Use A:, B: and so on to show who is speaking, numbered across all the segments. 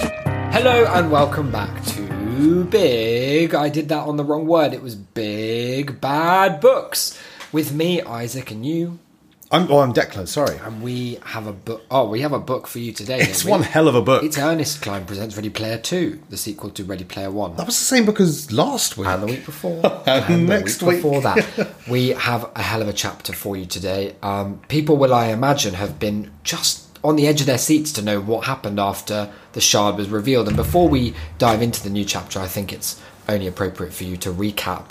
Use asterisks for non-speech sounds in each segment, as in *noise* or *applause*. A: Hello and welcome back to Big. I did that on the wrong word. It was Big Bad Books with me, Isaac, and you,
B: I'm, oh, I'm Declan, sorry.
A: and we have a book. Oh, we have a book for you today.
B: It's
A: don't we?
B: one hell of a book.
A: It's Ernest Klein presents Ready Player Two, the sequel to Ready Player One.
B: that was the same book as last week.
A: And the week
B: *laughs*
A: before.
B: And
A: the
B: next week.
A: before
B: *laughs*
A: that. We have a hell of a chapter for you today. Um, people will, I imagine, have been just on the edge of their seats to know what happened after the shard was revealed. And before we dive into the new chapter, I think it's only appropriate for you to recap.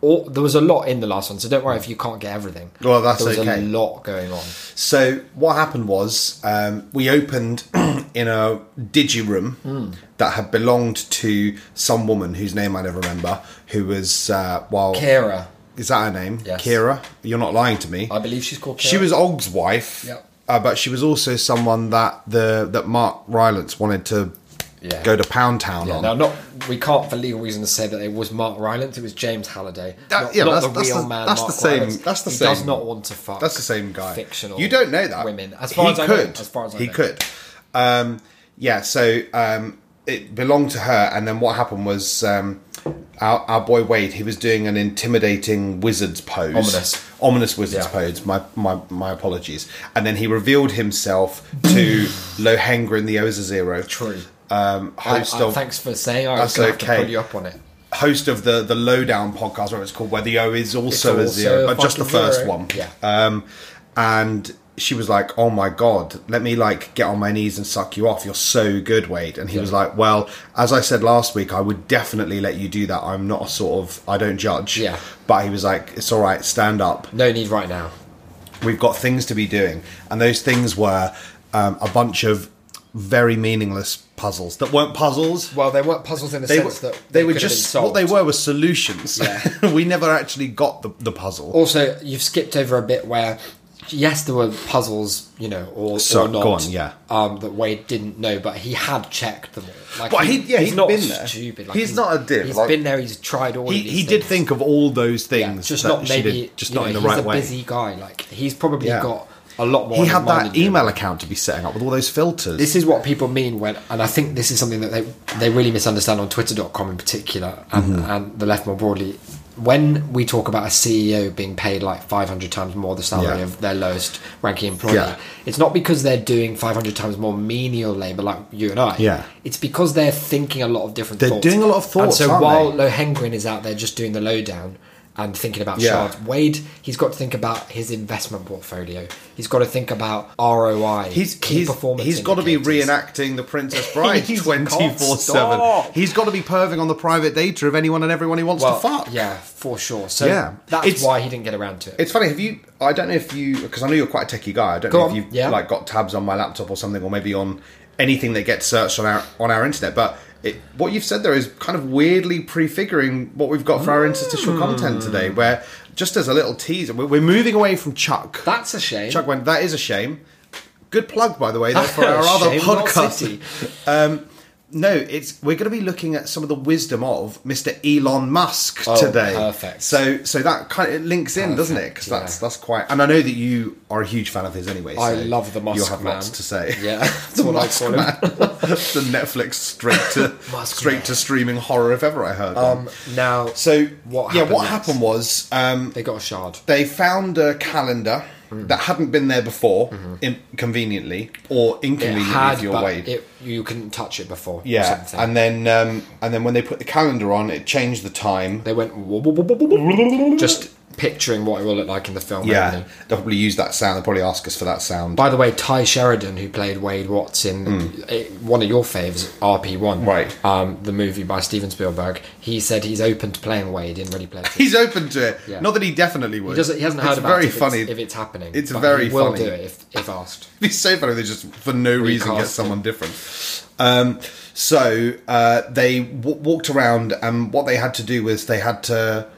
A: All, there was a lot in the last one, so don't worry if you can't get everything.
B: Well, that's
A: there was
B: okay.
A: a lot going on.
B: So what happened was um, we opened *clears throat* in a digi room
A: Hmm.
B: that had belonged to some woman whose name I never remember, who was uh, well,
A: Kara,
B: is that her name?
A: Yes.
B: Kira. You're not lying to me.
A: I believe she's called. Kara.
B: she was Og's wife,
A: Yep.
B: uh, but she was also someone that the that Mark Rylance wanted to
A: Yeah.
B: go to Pound Town on.
A: Now, not we can't for legal reasons say that it was Mark Rylance. It was James Halliday.
B: That-
A: not
B: yeah,
A: not
B: that's-
A: the
B: that's
A: real
B: the-
A: man.
B: that's
A: Mark
B: the same-
A: Rylance.
B: that's the
A: he
B: same-
A: does not want to fuck.
B: That's the same guy.
A: Fictional.
B: You don't know that.
A: women. As far
B: he
A: as I know.
B: could.
A: As far as I
B: he
A: know.
B: could. Um, yeah. So um, it belonged to her, and then what happened was um, our, our boy Wade. He was doing an intimidating wizard's pose.
A: Ominous.
B: Ominous wizard's
A: Yeah.
B: pose. My, my my apologies. And then he revealed himself
A: *laughs*
B: to Lohengrin the Ozazero.
A: True.
B: Um,
A: I, I,
B: host of
A: thanks for saying. I was
B: That's
A: going to
B: okay.
A: pull you up on it.
B: host of the the lowdown podcast, where it's called where the O is also,
A: It's
B: a
A: also
B: zero,
A: a
B: but just the
A: fucking
B: first
A: zero.
B: one.
A: Yeah.
B: Um, and she was like, "Oh my god, let me like get on my knees and suck you off. You're so good, Wade." And he was like, "Well, as I said last week, I would definitely let you do that. I'm not a sort of I don't judge."
A: Yeah.
B: But he was like, "It's all right. Stand up.
A: No need right now.
B: We've got things to be doing." And those things were um, a bunch of very meaningless puzzles that weren't puzzles
A: Well, there weren't puzzles in the
B: they were,
A: sense that
B: they
A: they
B: were
A: could have
B: just
A: been
B: what they
A: solved.
B: were was solutions. *laughs* we never actually got the, the puzzle.
A: Also, you've skipped over a bit where. Yes, there were puzzles, you know, or,
B: So-
A: or not.
B: go on, yeah.
A: Um, that Wade didn't know, but he had checked them all. Like,
B: But he- yeah,
A: he's
B: he'd
A: not
B: been there.
A: stupid.
B: He's not a div,
A: He's
B: like-
A: been there. He's tried all.
B: he
A: of these
B: he did
A: things.
B: think of all those
A: Yeah,
B: things,
A: just
B: that
A: not
B: she
A: maybe
B: did, just
A: you
B: not in
A: know,
B: the right
A: he's a
B: way.
A: busy guy like he's probably
B: Yeah.
A: got a lot more
B: He
A: on his
B: had
A: mind than
B: that
A: you.
B: email account to be setting up with all those filters.
A: this is what people mean when and i think this is something that they they really misunderstand on twitter.com in particular and,
B: Mm-hmm.
A: and the left more broadly when we talk about a ceo being paid like 500 times more the salary
B: Yeah.
A: of their lowest ranking employee
B: Yeah.
A: it's not because they're doing 500 times more menial labor like you and i
B: Yeah.
A: it's because they're thinking a lot of different
B: They're
A: thoughts.
B: doing a lot of
A: and
B: thoughts,
A: so
B: aren't
A: while
B: they?
A: lohengrin is out there just doing the lowdown and thinking about
B: Yeah.
A: shards wade he's got to think about his investment portfolio he's got to think about roi
B: He's
A: key
B: he's,
A: performance
B: he's got to be
A: indicators.
B: reenacting
A: *laughs*
B: the Princess Bride
A: He's
B: twenty four seven.
A: got-
B: He's got to be perving on the private data of anyone and everyone he wants to fuck.
A: Yeah, for sure. So
B: Yeah.
A: that's
B: It's-
A: why he didn't get around to it.
B: It's funny. Have you? I don't know if you because I know you're quite a techie guy. I don't
A: Go
B: know
A: on,
B: if you've
A: yeah.
B: like got tabs on my laptop or something, or maybe on anything that gets searched on our on our internet. But it, what you've said there is kind of weirdly prefiguring what we've got for our interstitial content
A: Hmm.
B: today. Where just as a little teaser, we're, we're moving away from Chuck.
A: That's a shame. *laughs*
B: Chuck went. That is a shame. Good plug, by the way, there for our other
A: Shame not
B: podcast.
A: city.
B: No, it's we're going to be looking at some of the wisdom of Mr. Elon Musk
A: Oh,
B: today.
A: perfect.
B: So, so that kind of it links in, doesn't it? Because
A: yeah.
B: that's that's quite. And I know that you are a huge fan of his anyway.
A: I
B: so
A: love the Musk
B: You'll have
A: man.
B: lots to *laughs* say.
A: Yeah, that's what I call him.
B: the Netflix straight to
A: *laughs* Musk
B: straight
A: man.
B: to streaming horror, if ever I heard. one.
A: Um, now,
B: So
A: what
B: yeah,
A: happened
B: what
A: next?
B: happened was um,
A: they got a shard.
B: they found a calendar
A: Hmm.
B: that hadn't been there before, in, conveniently or
A: Mm-hmm. It
B: inconveniently
A: had,
B: if you're
A: but
B: Wade.
A: it, you couldn't touch it before. or
B: Yeah,
A: something.
B: and then um, and then when they put the calendar on, it changed the time.
A: they went "Whoa, whoa, whoa, whoa, whoa,
B: *laughs*
A: whoa," just picturing what it will look like in the film. and
B: Yeah,
A: everything.
B: they'll probably use that sound. They'll probably ask us for that sound.
A: By the way, Ty Sheridan, who played Wade Watts in eh, one of your faves, RP1,
B: Hmm. Right.
A: Um, the movie by Steven Spielberg, he said he's open to playing Wade in Ready
B: *laughs*
A: Player Two.
B: He's open to it.
A: Yeah.
B: Not that he definitely would.
A: He doesn't. He hasn't heard
B: it's
A: about
B: very
A: it if
B: funny.
A: It's, if it's happening,
B: It's
A: but
B: very
A: he will
B: funny.
A: do it if, if asked.
B: It'd *laughs* be so funny if they just for no reason get
A: Recast
B: someone different. Um, so uh, they w- walked around, and what they had to do was they had to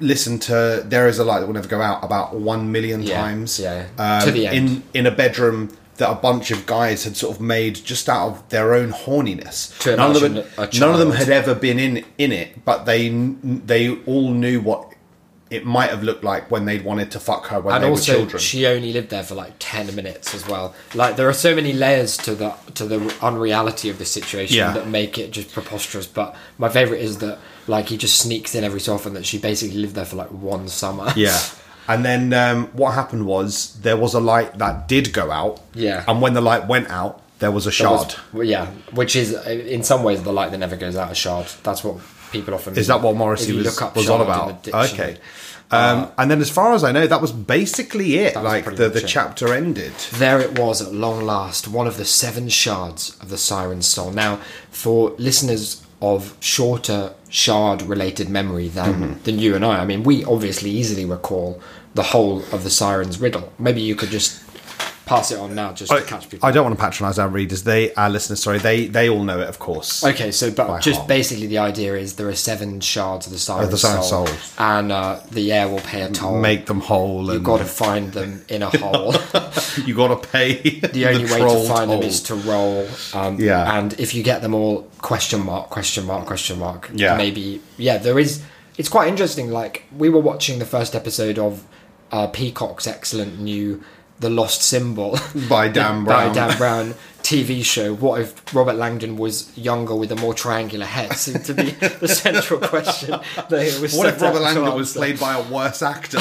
B: listen to "There Is a Light That Will Never Go Out" about one million
A: Yeah,
B: times.
A: yeah.
B: um,
A: To the end.
B: in in a bedroom that a bunch of guys had sort of made just out of their own horniness.
A: To
B: none of them,
A: imagine a
B: none of them
A: child.
B: had ever been in in it, but they kn- they all knew what it might have looked like when they wanted to fuck her when
A: and
B: they
A: also
B: were children.
A: she only lived there for like 10 minutes as well like there are so many layers to the to the unreality of the situation
B: Yeah.
A: that make it just preposterous but my favorite is that like he just sneaks in every so often that she basically lived there for like one summer *laughs*
B: Yeah. And then um, what happened was there was a light that did go out.
A: Yeah.
B: And when the light went out, there was a
A: That
B: shard.
A: was- well, yeah which is uh, in some ways the light that never goes out a shard that's what people often
B: Is that what
A: if
B: Morrissey
A: you
B: was,
A: look up
B: was on
A: shard in
B: about?
A: the dictionary. Uh,
B: Okay. Um, and then, as far as I know, that was basically it.
A: was
B: like
A: pretty
B: the,
A: much
B: the
A: it.
B: chapter ended.
A: There it was at long last, one of the seven shards of the Siren's soul. Now, for listeners of shorter shard related memory than,
B: Mm-hmm.
A: than you and I, I mean, we obviously easily recall the whole of the Siren's riddle. Maybe you could just pass it on now just to catch people.
B: I don't want to patronise our readers. They, our listeners, sorry, they they all know it, of course.
A: Okay, so but just
B: heart.
A: basically the idea is there are seven shards of the Siren's,
B: Siren's
A: soul,
B: soul.
A: and uh, the heir will pay a toll.
B: Make them whole.
A: You've
B: and
A: got to find them in a hole.
B: *laughs* you got to pay *laughs*
A: the only way
B: troll
A: to find them
B: toll.
A: is to roll. Um,
B: Yeah.
A: And if you get them all, question mark, question mark, question mark.
B: Yeah.
A: Maybe. Yeah, there is. It's quite interesting. Like, we were watching the first episode of uh, Peacock's excellent new The Lost Symbol *laughs*
B: by Dan
A: by
B: Brown.
A: Dan Brown TV show. What if Robert Langdon was younger with a more triangular head? Seemed to
B: *laughs*
A: be the central question that it was
B: *laughs*
A: *laughs*
B: what
A: set
B: if Robert
A: out to
B: Langdon was
A: answer.
B: played by a worse actor?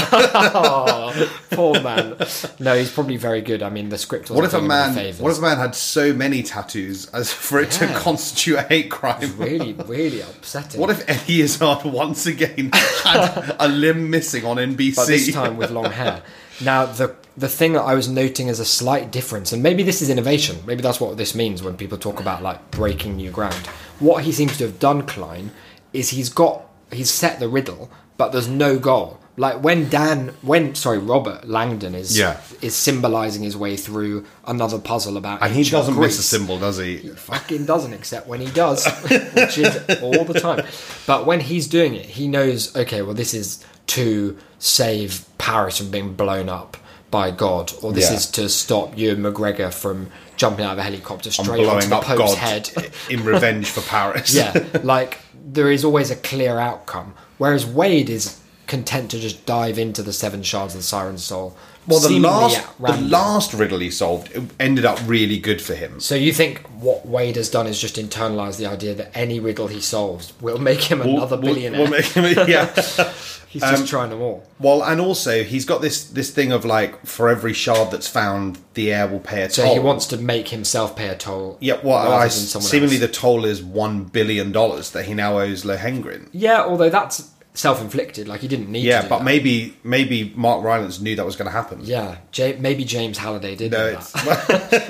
A: Oh, poor man. No, he's probably very good. I mean, the script was
B: What if a man?
A: Favors.
B: What if a man had so many tattoos as for it to
A: Yeah.
B: constitute a hate crime?
A: really, really upsetting.
B: What if Eddie Izzard
A: *laughs*
B: once again had a limb missing on NBC?
A: but this time with
B: *laughs*
A: long hair? Now, the the thing that I was noting as a slight difference, and maybe this is innovation. Maybe that's what this means when people talk about like breaking new ground. What he seems to have done, Klein, is he's got he's set the riddle, but there's no goal. Like when Dan, when sorry, Robert Langdon is
B: Yeah.
A: is symbolising his way through another puzzle about
B: and he
A: ancient
B: doesn't miss a
A: Greece.
B: symbol, does he?
A: fucking doesn't, except when he does, which is all the time. But when he's doing it, he knows, okay, well, this is to save Paris from being blown up by God, or this
B: Yeah.
A: is to stop Ewan McGregor from jumping out of a helicopter straight onto
B: Blowing
A: the
B: up
A: Pope's
B: God
A: head.
B: in revenge for Paris.
A: yeah, *laughs* like there is always a clear outcome. Whereas Wade is content to just dive into the seven shards of the Siren's soul.
B: *laughs* Well, the
A: seemingly at
B: last, the
A: random.
B: last riddle he solved ended up really good for him.
A: So you think what Wade has done is just internalize the idea that any riddle he solves will make him another
B: We'll-
A: billionaire.
B: we'll um, make
A: *laughs*
B: him- yeah.
A: He's just trying them all.
B: Well, and also he's got this this thing of like for every shard that's found, the heir will pay a
A: So
B: toll.
A: he wants to make himself pay a toll.
B: Yeah, well,
A: rather
B: I,
A: than someone
B: seemingly
A: else.
B: the toll is one billion dollars that he now owes Lohengrin.
A: yeah, although that's self-inflicted. Like he didn't need. to
B: Yeah,
A: do
B: but
A: that.
B: maybe maybe Mark Rylance knew that was going to happen.
A: Yeah, ja- maybe James Halliday did.
B: No,
A: know
B: it's,
A: that.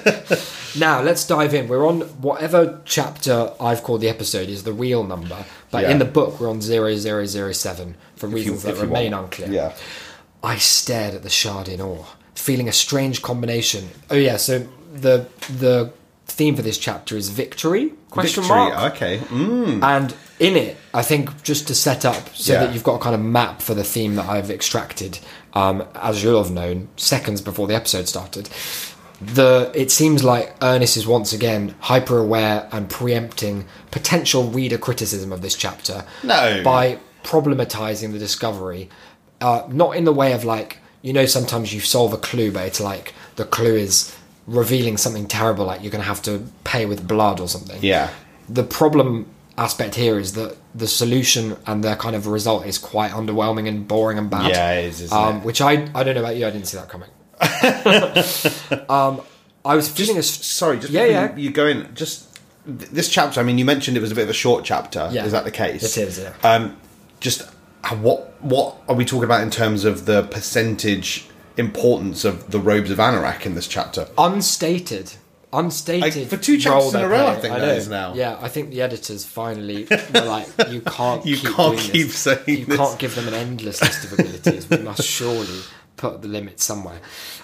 A: Now let's dive in. We're on whatever chapter I've called the episode is the real number, but
B: Yeah.
A: in the book we're on 0007 for reasons
B: if
A: that
B: you
A: remain
B: want.
A: unclear.
B: Yeah.
A: I stared at the shard in awe, feeling a strange combination. Oh yeah, so the the theme for this chapter is victory? Question
B: Victory,
A: mark.
B: Okay. Mm.
A: And in it, I think just to set up so
B: Yeah.
A: that you've got a kind of map for the theme that I've extracted, um, as you'll have known seconds before the episode started. The it seems like Ernest is once again hyper aware and preempting potential reader criticism of this chapter
B: No.
A: by problematizing the discovery, uh, not in the way of like you know sometimes you solve a clue, but it's like the clue is revealing something terrible, like you're going to have to pay with blood or something
B: Yeah.
A: the problem aspect here is that the solution and their kind of result is quite underwhelming and boring and bad.
B: Yeah, it is, isn't
A: um,
B: it?
A: Which I I don't know about you. I didn't see that
B: *laughs*
A: coming. um, I was feeling a
B: Sorry, just
A: Yeah,
B: before
A: yeah.
B: You, you go in. Just th- this chapter. I mean, you mentioned it was a bit of a short chapter.
A: Yeah.
B: Is that the case?
A: It is, yeah.
B: Um, just uh, what what are we talking about in terms of the percentage importance of the robes of Anorak in this chapter?
A: unstated. Unstated
B: Like, for two chapters
A: role
B: in a
A: they're
B: row, I
A: playing.
B: think that
A: know.
B: is now.
A: Yeah, I think the editors finally were like,
B: *laughs*
A: "You can't,
B: You
A: keep
B: can't
A: doing
B: keep
A: this.
B: saying
A: you
B: this."
A: can't give them an endless list of abilities. we must surely put the limit somewhere."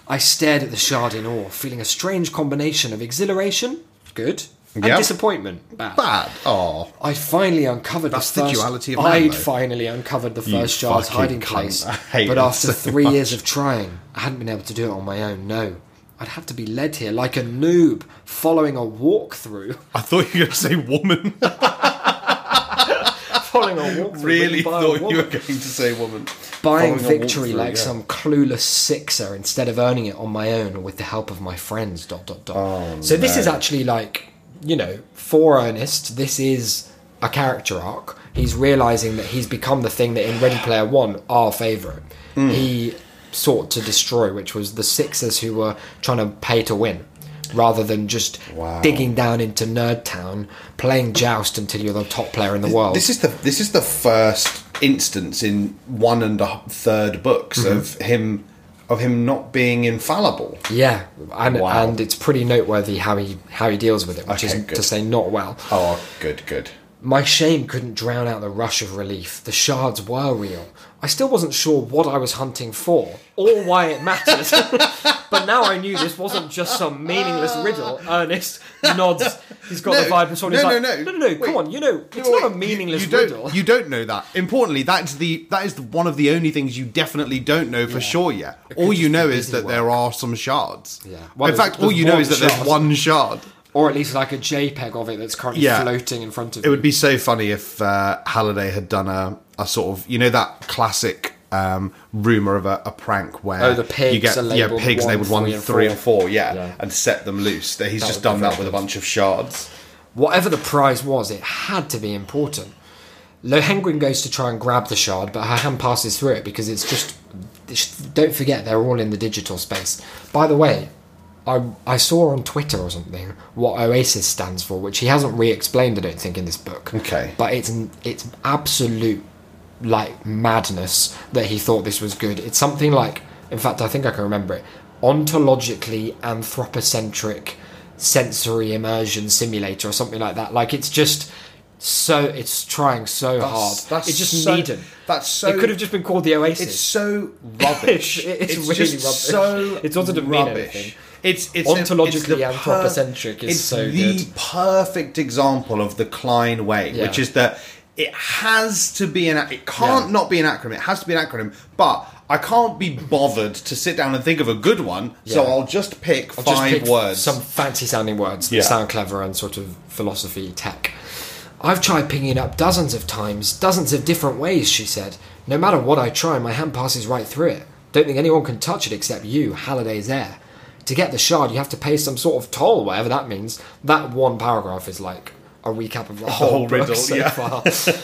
A: I stared at the shard in awe, feeling a strange combination of exhilaration, good, and
B: Yep.
A: disappointment, bad.
B: Bad. Oh.
A: I finally uncovered
B: That's
A: the
B: the
A: first.
B: duality of man,
A: I'd
B: though.
A: finally uncovered the first shard's
B: fucking
A: hiding
B: cunt.
A: place,
B: *laughs* I hate
A: but
B: that
A: after
B: so
A: three years of trying, I hadn't been able to do it on my own. No, I'd have to be led here like a noob, following a walkthrough, *laughs*
B: I thought you were going to say woman.
A: following a woman.
B: really
A: written by a
B: thought you
A: woman.
B: were going to say woman.
A: buying
B: Following a
A: victory
B: walkthrough,
A: like
B: yeah.
A: some clueless sixer instead of earning it on my own or with the help of my friends. Dot dot dot.
B: Oh,
A: so this
B: no.
A: is actually like you know for Ernest, this is a character arc. He's realizing that he's become the thing that in Ready Player One, our favorite,
B: Mm.
A: he sought to destroy, which was the sixers who were trying to pay to win. Rather than just
B: Wow.
A: digging down into Nerd Town, playing Joust until you're the top player in the world.
B: This is the this is the first instance in one and a third books
A: Mm-hmm.
B: of him of him not being infallible.
A: Yeah, and
B: Wow.
A: and it's pretty noteworthy how he how he deals with it, which
B: Okay,
A: is
B: good.
A: to say not well.
B: Oh, good, good.
A: My shame couldn't drown out the rush of relief. The shards were real. I still wasn't sure what I was hunting for or why it mattered, *laughs* but now I knew this wasn't just some meaningless riddle. Ernest nods. He's got
B: No,
A: the vibe. from
B: no,
A: he's
B: no,
A: like,
B: no.
A: no, no, no.
B: Wait.
A: Come on, you know it's
B: Wait,
A: not a
B: you-
A: meaningless
B: you, don't,
A: riddle.
B: You don't know that. Importantly, that's the that is the, one of the only things you definitely don't know for sure yet. All you
A: just
B: know
A: be
B: is
A: busy
B: that
A: work.
B: there are some shards.
A: Yeah. Well,
B: in
A: there's-
B: fact, all
A: there's
B: you know
A: one
B: is that
A: shard.
B: there's one shard.
A: or at least like a JPEG of it that's currently
B: Yeah.
A: floating in front of
B: It
A: you.
B: would be so funny if uh, Halliday had done a, a sort of you know that classic um, rumor of a, a prank where
A: Oh, the pigs
B: you get
A: are
B: yeah
A: labelled
B: pigs
A: one,
B: labeled one,
A: three,
B: three,
A: and
B: and four, yeah,
A: Yeah.
B: and set them loose. That he's just
A: would be
B: done that
A: very
B: with a
A: good.
B: bunch of shards.
A: Whatever the prize was, it had to be important. Lohengrin goes to try and grab the shard, but her hand passes through it because it's just. Don't forget, they're all in the digital space. By the way, I, I saw on Twitter or something what Oasis stands for, which he hasn't re explained, I don't think, in this book.
B: Okay.
A: But it's, it's absolute, like, madness that he thought this was good. It's something like. In fact, I think I can remember it. Ontologically anthropocentric sensory immersion simulator or something like that. Like, it's just. So it's trying so hard. it just
B: so-
A: needed.
B: That's so.
A: it could have just been called the Oasis.
B: It's so
A: *laughs*
B: rubbish.
A: It's- it's really
B: just
A: rubbish.
B: So
A: It doesn't mean anything.
B: rubbish. It's, it's
A: Ontologically
B: it's the per-
A: anthropocentric is
B: it's
A: so
B: the
A: good.
B: perfect example of the Klein way,
A: Yeah.
B: which is that it has to be an. ac- It can't
A: Yeah.
B: not be an acronym. It has to be an acronym, but. I can't be bothered to sit down and think of a good one, so
A: Yeah.
B: I'll just pick
A: I'll just
B: five
A: pick
B: words.
A: Some fancy sounding words
B: Yeah.
A: that sound clever and sort of philosophy tech. I've tried picking it up dozens of times, dozens of different ways, she said. No matter what I try, my hand passes right through it. Don't think anyone can touch it except you, Halliday's heir. To get the shard, you have to pay some sort of toll, whatever that means. That one paragraph is like a recap of the whole,
B: whole
A: book
B: riddle,
A: so
B: yeah. *laughs*
A: far.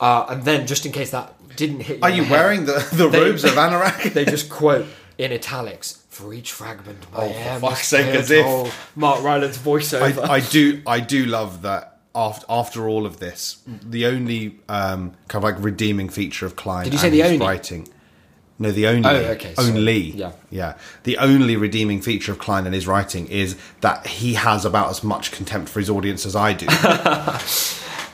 A: uh, and then, just in case that didn't hit you,
B: Are
A: on
B: you
A: *laughs* the head,
B: wearing the, the
A: They-
B: robes of
A: *laughs*
B: Anorak?
A: they just quote in italics for each fragment. Oh,
B: for fuck's sake, as if-
A: Mark Rylance voiceover.
B: I, I do I do love that after after all of this, the only um, kind of like redeeming feature of Klein.
A: Did you say
B: and
A: the
B: his
A: only?
B: writing? No, the only.
A: Oh, okay, sorry.
B: only.
A: Yeah.
B: yeah. The only redeeming feature of Klein and his writing is that he has about as much contempt for his audience as
A: *laughs*
B: I do.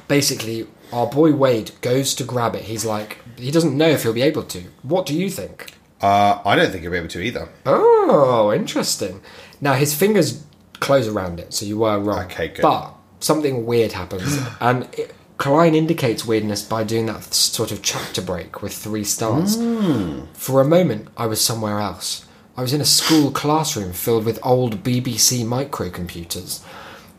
A: Basically, our boy Wade goes to grab it. He's like, he doesn't know if he'll be able to. What do you think?
B: uh, I don't think he'll be able to either.
A: Oh, interesting. Now his fingers close around it, so you were wrong.
B: Okay, good.
A: But something weird
B: *gasps*
A: happens, and it, Klein indicates weirdness by doing that th- sort of chapter break with three stars.
B: Hmm.
A: For a moment, I was somewhere else. I was in a school classroom filled with old BBC microcomputers.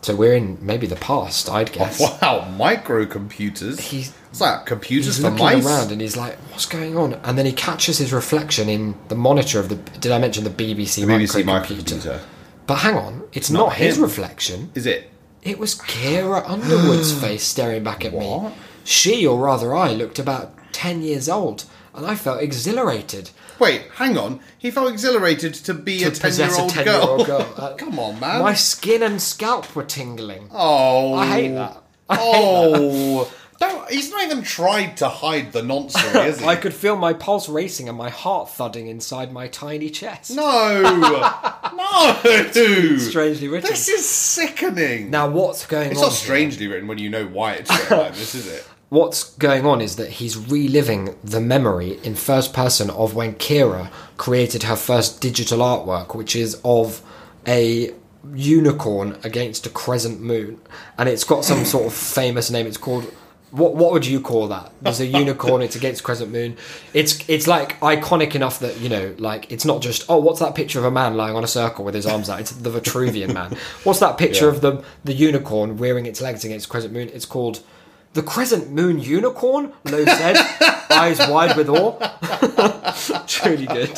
A: So we're in maybe the past, I'd guess.
B: Wow, microcomputers.
A: He's-
B: it's like computers
A: He's
B: for
A: looking
B: mice.
A: around and he's like, "What's going on?" And then he catches his reflection in the monitor of the. Did I mention the BBC
B: BBC
A: microcomputer?
B: microcomputer.
A: But hang on, it's not, his
B: him.
A: reflection.
B: Is it?
A: It was Kira
B: *gasps*
A: Underwood's face staring back at me.
B: What?
A: She, or rather I, looked about 10 years old, and I felt exhilarated.
B: Wait, hang on. He felt exhilarated to be a
A: to possess a
B: ten-year-old
A: 10 year
B: girl.
A: old girl.
B: *laughs*
A: Uh,
B: Come on, man.
A: My skin and scalp were tingling.
B: Oh,
A: I hate that. I hate
B: oh, don't. He's not even tried to hide the nonsense, is
A: *laughs*
B: he?
A: I could feel my pulse racing and my heart thudding inside my tiny chest.
B: No, no.
A: Strangely written.
B: This is sickening.
A: Now, what's going
B: it's
A: on?
B: not
A: here?
B: strangely written when you know why it's written like this, is it?
A: what's going on is that he's reliving the memory in first person of when Kira created her first digital artwork, which is of a unicorn against a crescent moon, and it's got some sort of famous name. It's called. What, what would you call that? There's a unicorn. It's against crescent moon. It's it's like iconic enough that you know, like it's not just oh, what's that picture of a man lying on a circle with his arms out? It's the Vitruvian man. What's that picture
B: Yeah.
A: of the the unicorn rearing its legs against crescent moon? It's called The crescent moon unicorn, Lowe
B: *laughs*
A: said, eyes wide with awe. *laughs* it's really good.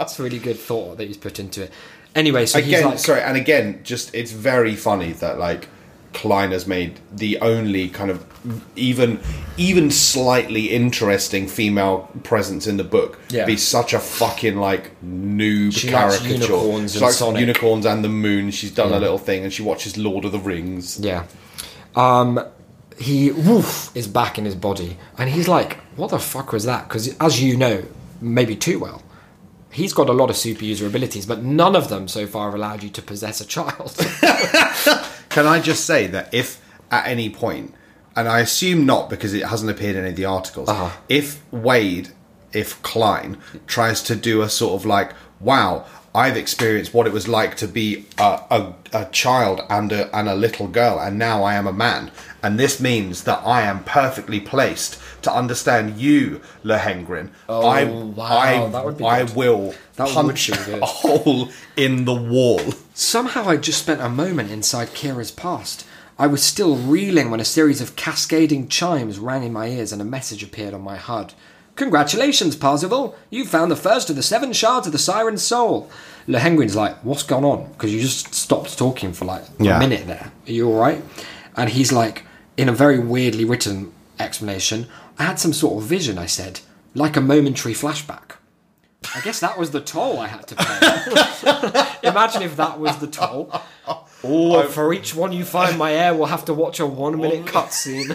A: It's really good thought that he's put into it. Anyway, so he's
B: again,
A: like,
B: sorry, and again, just it's very funny that like Klein has made the only kind of even even slightly interesting female presence in the book
A: Yeah.
B: be such a fucking like noob
A: She likes
B: caricature.
A: unicorns
B: she
A: and
B: likes
A: Sonic.
B: unicorns and the moon. She's done a little thing, and she watches Lord of the Rings.
A: yeah. Um, he woof is back in his body, and he's like, "What the fuck was that?" Because as you know, maybe too well, he's got a lot of super user abilities, but none of them so far have allowed you to possess a child. *laughs*
B: Can I just say that if at any point, and I assume not because it hasn't appeared in any of the articles,
A: Uh-huh.
B: if Wade, if Klein tries to do a sort of like, wow, I've experienced what it was like to be a, a, a child and a, and a little girl, and now I am a man, and this means that I am perfectly placed to understand you, Lehengrin. Oh, I,
A: wow,
B: I,
A: that would be
B: I
A: good.
B: will
A: That would
B: punch
A: be good.
B: a hole in the wall.
A: Somehow I just spent a moment inside Kira's past. I was still reeling when a series of cascading chimes rang in my ears and a message appeared on my HUD. Congratulations, Parzival! You found the first of the seven shards of the Siren's soul. Lehengrin's like, what's gone on? Because you just stopped talking for like
B: Yeah.
A: a minute there. Are you alright? And he's like, in a very weirdly written explanation, I had some sort of vision, I said, like a momentary flashback. I guess that was the toll I had to pay. *laughs* Imagine if that was the toll. Oh, for each one you find my heir, we'll have to watch a one-minute cutscene.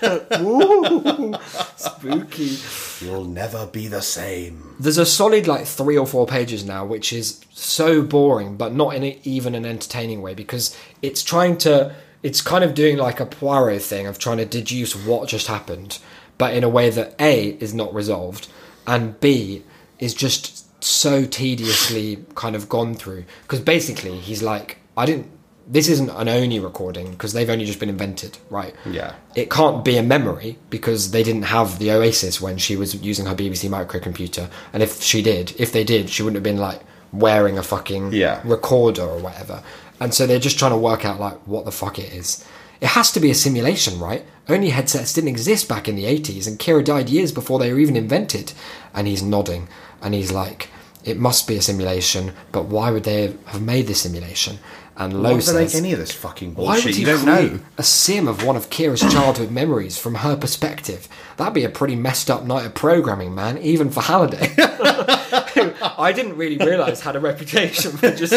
A: *laughs* Woo, spooky.
B: You'll never be the same.
A: There's a solid like three or four pages now, which is so boring, but not in a, even an entertaining way because it's trying to. It's kind of doing like a Poirot thing of trying to deduce what just happened, but in a way that A is not resolved and B is just so tediously kind of gone through. Because basically, he's like, I didn't. This isn't an Oni recording because they've only just been invented, right?
B: Yeah.
A: it can't be a memory because they didn't have the Oasis when she was using her BBC microcomputer. And if she did, if they did, she wouldn't have been like wearing a fucking
B: Yeah.
A: recorder or whatever. And so they're just trying to work out like what the fuck it is. It has to be a simulation, right? Only headsets didn't exist back in the 80s, and Kira died years before they were even invented. And he's nodding, and he's like, "It must be a simulation, but why would they have made this simulation?" And Lowe
B: Why would they make
A: Oh, says,
B: any of this fucking
A: why
B: bullshit?
A: would
B: you
A: you,
B: don't
A: create
B: know.
A: a sim of one of Kira's childhood memories from her perspective? That'd be a pretty messed up night of programming, man, even for Halliday. *laughs* who I didn't really realise had a reputation for just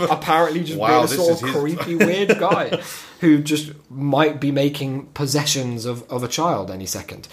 A: apparently just
B: Wow,
A: being a
B: this
A: sort
B: is
A: of
B: his- *laughs*
A: creepy, weird guy who just might be making possessions of, of a child any second.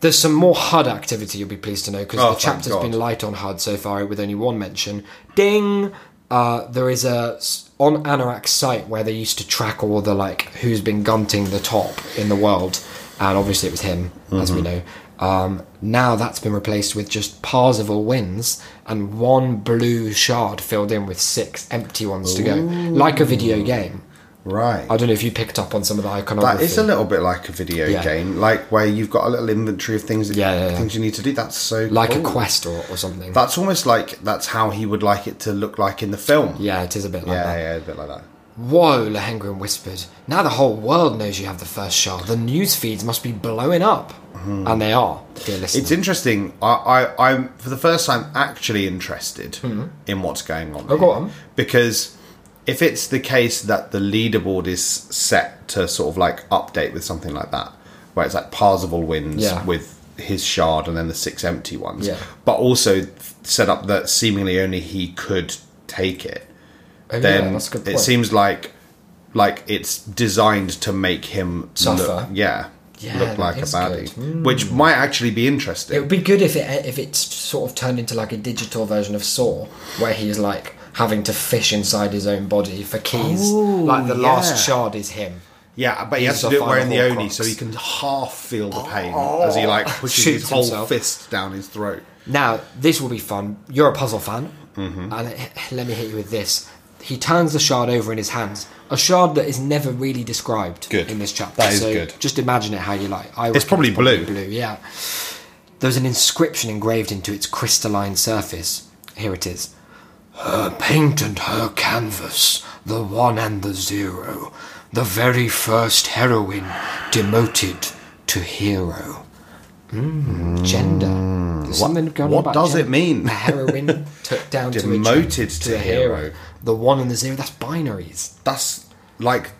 A: There's some more HUD activity you'll be pleased to know because
B: Oh,
A: the
B: thank
A: chapter's
B: God.
A: been light on HUD so far with only one mention. Ding! Uh, there is a s- on Anorak's site where they used to track all the like who's been gunting the top in the world, and obviously it was him, as
B: Mm-hmm.
A: we know. Um, now that's been replaced with just Parzival wins and one blue shard filled in with six empty ones to go, like a video game.
B: Right.
A: I don't know if you picked up on some of the iconography.
B: That is a little bit like a video
A: Yeah.
B: game, like where you've got a little inventory of things that
A: Yeah, yeah, yeah.
B: things you need to do. That's so
A: like
B: cool.
A: a quest or, or something.
B: That's almost like that's how he would like it to look like in the film.
A: yeah, it is a bit like that.
B: yeah, yeah, a bit like that.
A: Whoa, Lehengrin whispered. Now the whole world knows you have the first shard. The news feeds must be blowing up. And they are, dear listener.
B: Hmm. It's um, interesting. I, I, I'm for the first time actually interested in what's going on.
A: Hmm. Oh, go
B: here.
A: on.
B: Because if it's the case that the leaderboard is set to sort of like update with something like that, where it's like Parzival wins
A: Yeah.
B: with his shard and then the six empty ones,
A: Yeah.
B: but also set up that seemingly only he could take it,
A: Oh, yeah,
B: then
A: that's a good
B: it
A: point.
B: seems like like it's designed to make him
A: Suffer.
B: Look, yeah.
A: Yeah,
B: look
A: that
B: like a
A: is
B: baddie,
A: good. Hmm.
B: which might actually be interesting.
A: it would be good if it if it's sort of turned into like a digital version of Saw, where he's like having to fish inside his own body for keys.
B: Ooh,
A: like the
B: yeah.
A: last shard is him.
B: Yeah, but he
A: He's
B: has to
A: a
B: do it wearing the
A: final
B: oni,
A: Horcrux.
B: so he can half feel the pain as he like pushes his
A: Oh, Shoots
B: whole
A: himself.
B: fist down his throat.
A: Now, this will be fun. You're a puzzle fan.
B: Mm-hmm.
A: And h- let me hit you with this. He turns the shard over in his hands. A shard that is never really described
B: Good.
A: in this chapter.
B: That is
A: so
B: good.
A: Just imagine it how you like. I reckon
B: probably blue.
A: Blue, yeah. There's an inscription engraved into its crystalline surface. Here it is. Her paint and her canvas, the one and the zero. the very first heroine demoted to hero. Mm, gender. There's something going on
B: Mm. what
A: about
B: does it
A: gender.
B: mean?
A: A
B: *laughs*
A: heroine took down to a gen-
B: Demoted to
A: a
B: hero.
A: The one and the zero. That's binaries.
B: That's like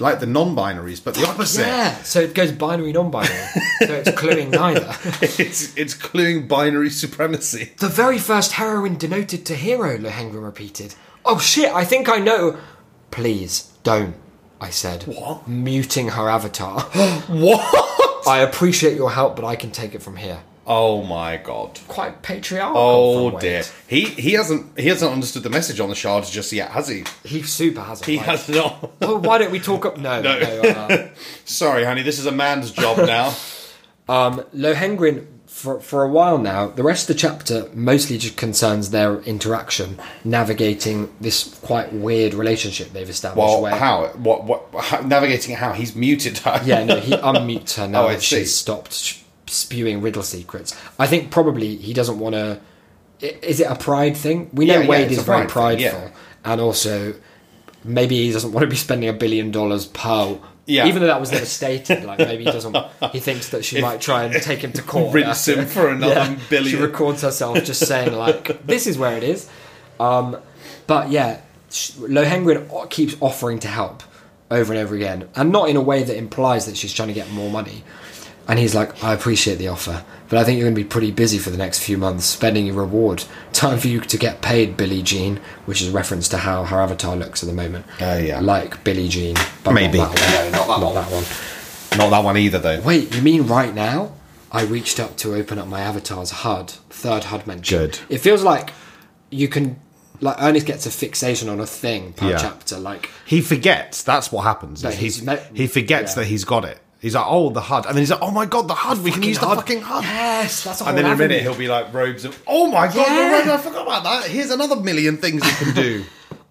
B: like the non-binaries, but the opposite.
A: Yeah. So it goes binary, non-binary. so it's cluing neither.
B: *laughs* It's it's cluing binary supremacy.
A: The very first heroine denoted to hero, Lohengrin repeated. Oh shit, I think I know. Please, don't, I said.
B: What?
A: Muting her avatar. *gasps*
B: What?
A: I appreciate your help, but I can take it from here.
B: Oh my god.
A: Quite patriarchal.
B: Oh
A: from Wade.
B: dear. He he hasn't he hasn't understood the message on the shards just yet, has he?
A: He super has it.
B: He
A: right?
B: has not.
A: Oh, why don't we talk up? No. no. uh,
B: *laughs* Sorry, honey. This is a man's job
A: *laughs*
B: now.
A: um, Lohengrin, for, for a while now, the rest of the chapter mostly just concerns their interaction, navigating this quite weird relationship they've established.
B: well,
A: where
B: how? What? What? How, navigating it how? He's muted her.
A: *laughs* Yeah, no, he unmutes her now
B: Oh, I
A: that
B: see.
A: she's stopped sh- spewing riddle secrets. I think probably he doesn't want to. Is it a pride thing? We know
B: Yeah, yeah,
A: Wade
B: it's
A: is
B: a
A: very
B: pride thing, yeah.
A: prideful, and also maybe he doesn't want to be spending a billion dollars per.
B: Yeah.
A: Even though that was never stated, like maybe he doesn't. He thinks
B: *laughs*
A: that she might try and take him to court.
B: Rinse him for
A: *laughs*
B: another billion.
A: She records herself just saying like, "This is where it is." But yeah, sh- Lohengrin o- keeps offering to help over and over again, and not in a way that implies that she's trying to get more money. And he's like, I appreciate the offer, but I think you're going to be pretty busy for the next few months spending your reward. Time for you to get paid, Billie Jean, which is a reference to how her avatar looks at the moment.
B: Oh, yeah.
A: Like Billie Jean. But
B: Maybe.
A: Not that one.
B: No, not that
A: Not
B: one.
A: that one.
B: *laughs* Not that one either, though.
A: Wait, you mean right now? I reached up to open up my avatar's HUD, third HUD mention.
B: Good.
A: It feels like you can, like Ernest gets a fixation on a thing per
B: Yeah.
A: chapter. Like,
B: He forgets. That's what happens.
A: That
B: is
A: he's
B: he's-
A: met-
B: he forgets
A: yeah.
B: that he's got it. He's like, oh, the HUD, and then he's like, oh my god, the HUD. we can use the
A: HUD.
B: fucking HUD.
A: yes, that's a whole
B: And then in a minute
A: avenue.
B: he'll be like robes of oh my god,
A: Yeah.
B: you're right, I forgot about that. Here's another million things you can *laughs* do.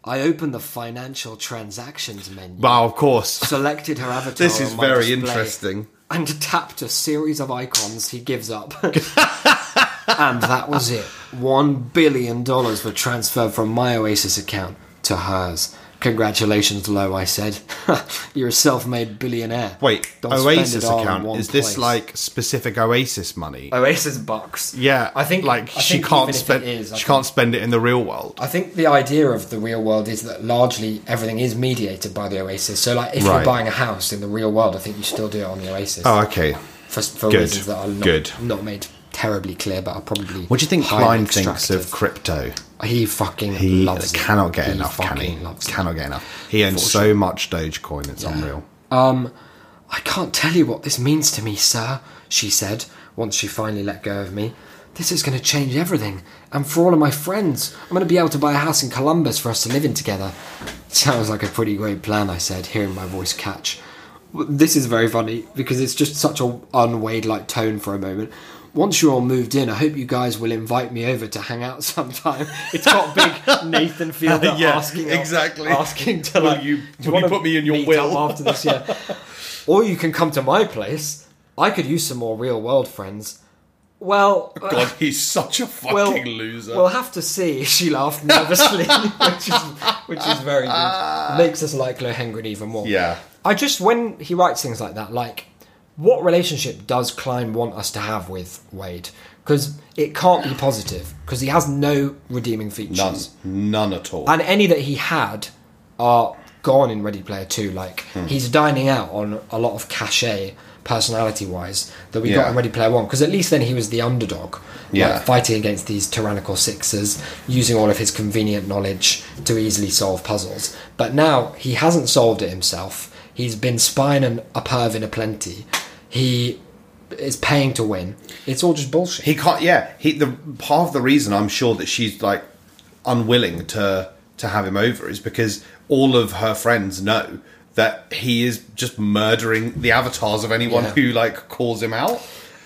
A: I opened the financial transactions menu,
B: wow, of course. Oh,
A: selected her avatar.
B: This is
A: on my
B: very
A: display,
B: interesting.
A: And tapped a series of icons he gives
B: *laughs*
A: up. and that was it. One billion dollars were transferred from my Oasis account to hers. Congratulations, Lo, I said. *laughs* You're a self made billionaire.
B: Wait,
A: Don't spend
B: Oasis
A: it all in
B: account
A: one
B: is this
A: place.
B: like specific Oasis money?
A: Oasis bucks?
B: yeah,
A: I think
B: like
A: I
B: she
A: think even
B: can't
A: if it
B: spend
A: is, I
B: she
A: think-
B: can't spend it in the real world.
A: I think the idea of the real world is that largely everything is mediated by the Oasis. So, like, if you're
B: Right.
A: buying a house in the real world, I think you still do it on the Oasis
B: Oh, okay.
A: for, for
B: good,
A: reasons that are not,
B: good.
A: not made terribly clear, but are probably.
B: What do you think
A: highly
B: Klein thinks of
A: extractive.
B: crypto?
A: He fucking
B: He
A: loves it.
B: cannot get
A: He
B: enough, can he?
A: fucking loves it.
B: Cannot get enough. He owns so much Dogecoin, it's unreal.
A: Um, I can't tell you what this means to me, sir, she said, once she finally let go of me. This is going to change everything, and for all of my friends. I'm going to be able to buy a house in Columbus for us to live in together. Sounds like a pretty great plan, I said, hearing my voice catch. This is very funny because it's just such a unwade like tone for a moment. Once you're all moved in, I hope you guys will invite me over to hang out *laughs* sometime. It's got
B: *laughs*
A: big Nathan Fielder
B: Yeah,
A: asking
B: exactly.
A: asking to
B: Will
A: like
B: you-
A: do
B: will you
A: wanna
B: put me in your
A: meet
B: will?
A: up after this
B: *laughs*
A: year. Or you can come to my place. I could use some more real world friends.
B: *laughs*
A: Well, uh,
B: *laughs* God, he's such a fucking
A: well,
B: loser.
A: we'll have to see. *laughs* She laughed nervously, *laughs* which is which is very good. Makes us like Lohengrin even more.
B: Ah. Yeah.
A: I just when he writes things like that, like what relationship does Klein want us to have with Wade? Because it can't be positive because he has no redeeming features
B: None. None at all.
A: and any that he had are gone in Ready Player Two. Like
B: Hmm.
A: he's dining out on a lot of cachet, personality-wise, that we got
B: Yeah.
A: in Ready Player One. Because at least then he was the underdog, like,
B: Yeah.
A: fighting against these tyrannical sixes, using all of his convenient knowledge to easily solve puzzles. But now he hasn't solved it himself. He's been spying and a perv in a plenty. He is paying to win. It's all just bullshit.
B: He can't. Yeah, he the part of the reason I'm sure that she's like unwilling to to have him over is because all of her friends know that he is just murdering the avatars of anyone
A: Yeah.
B: who like calls him out.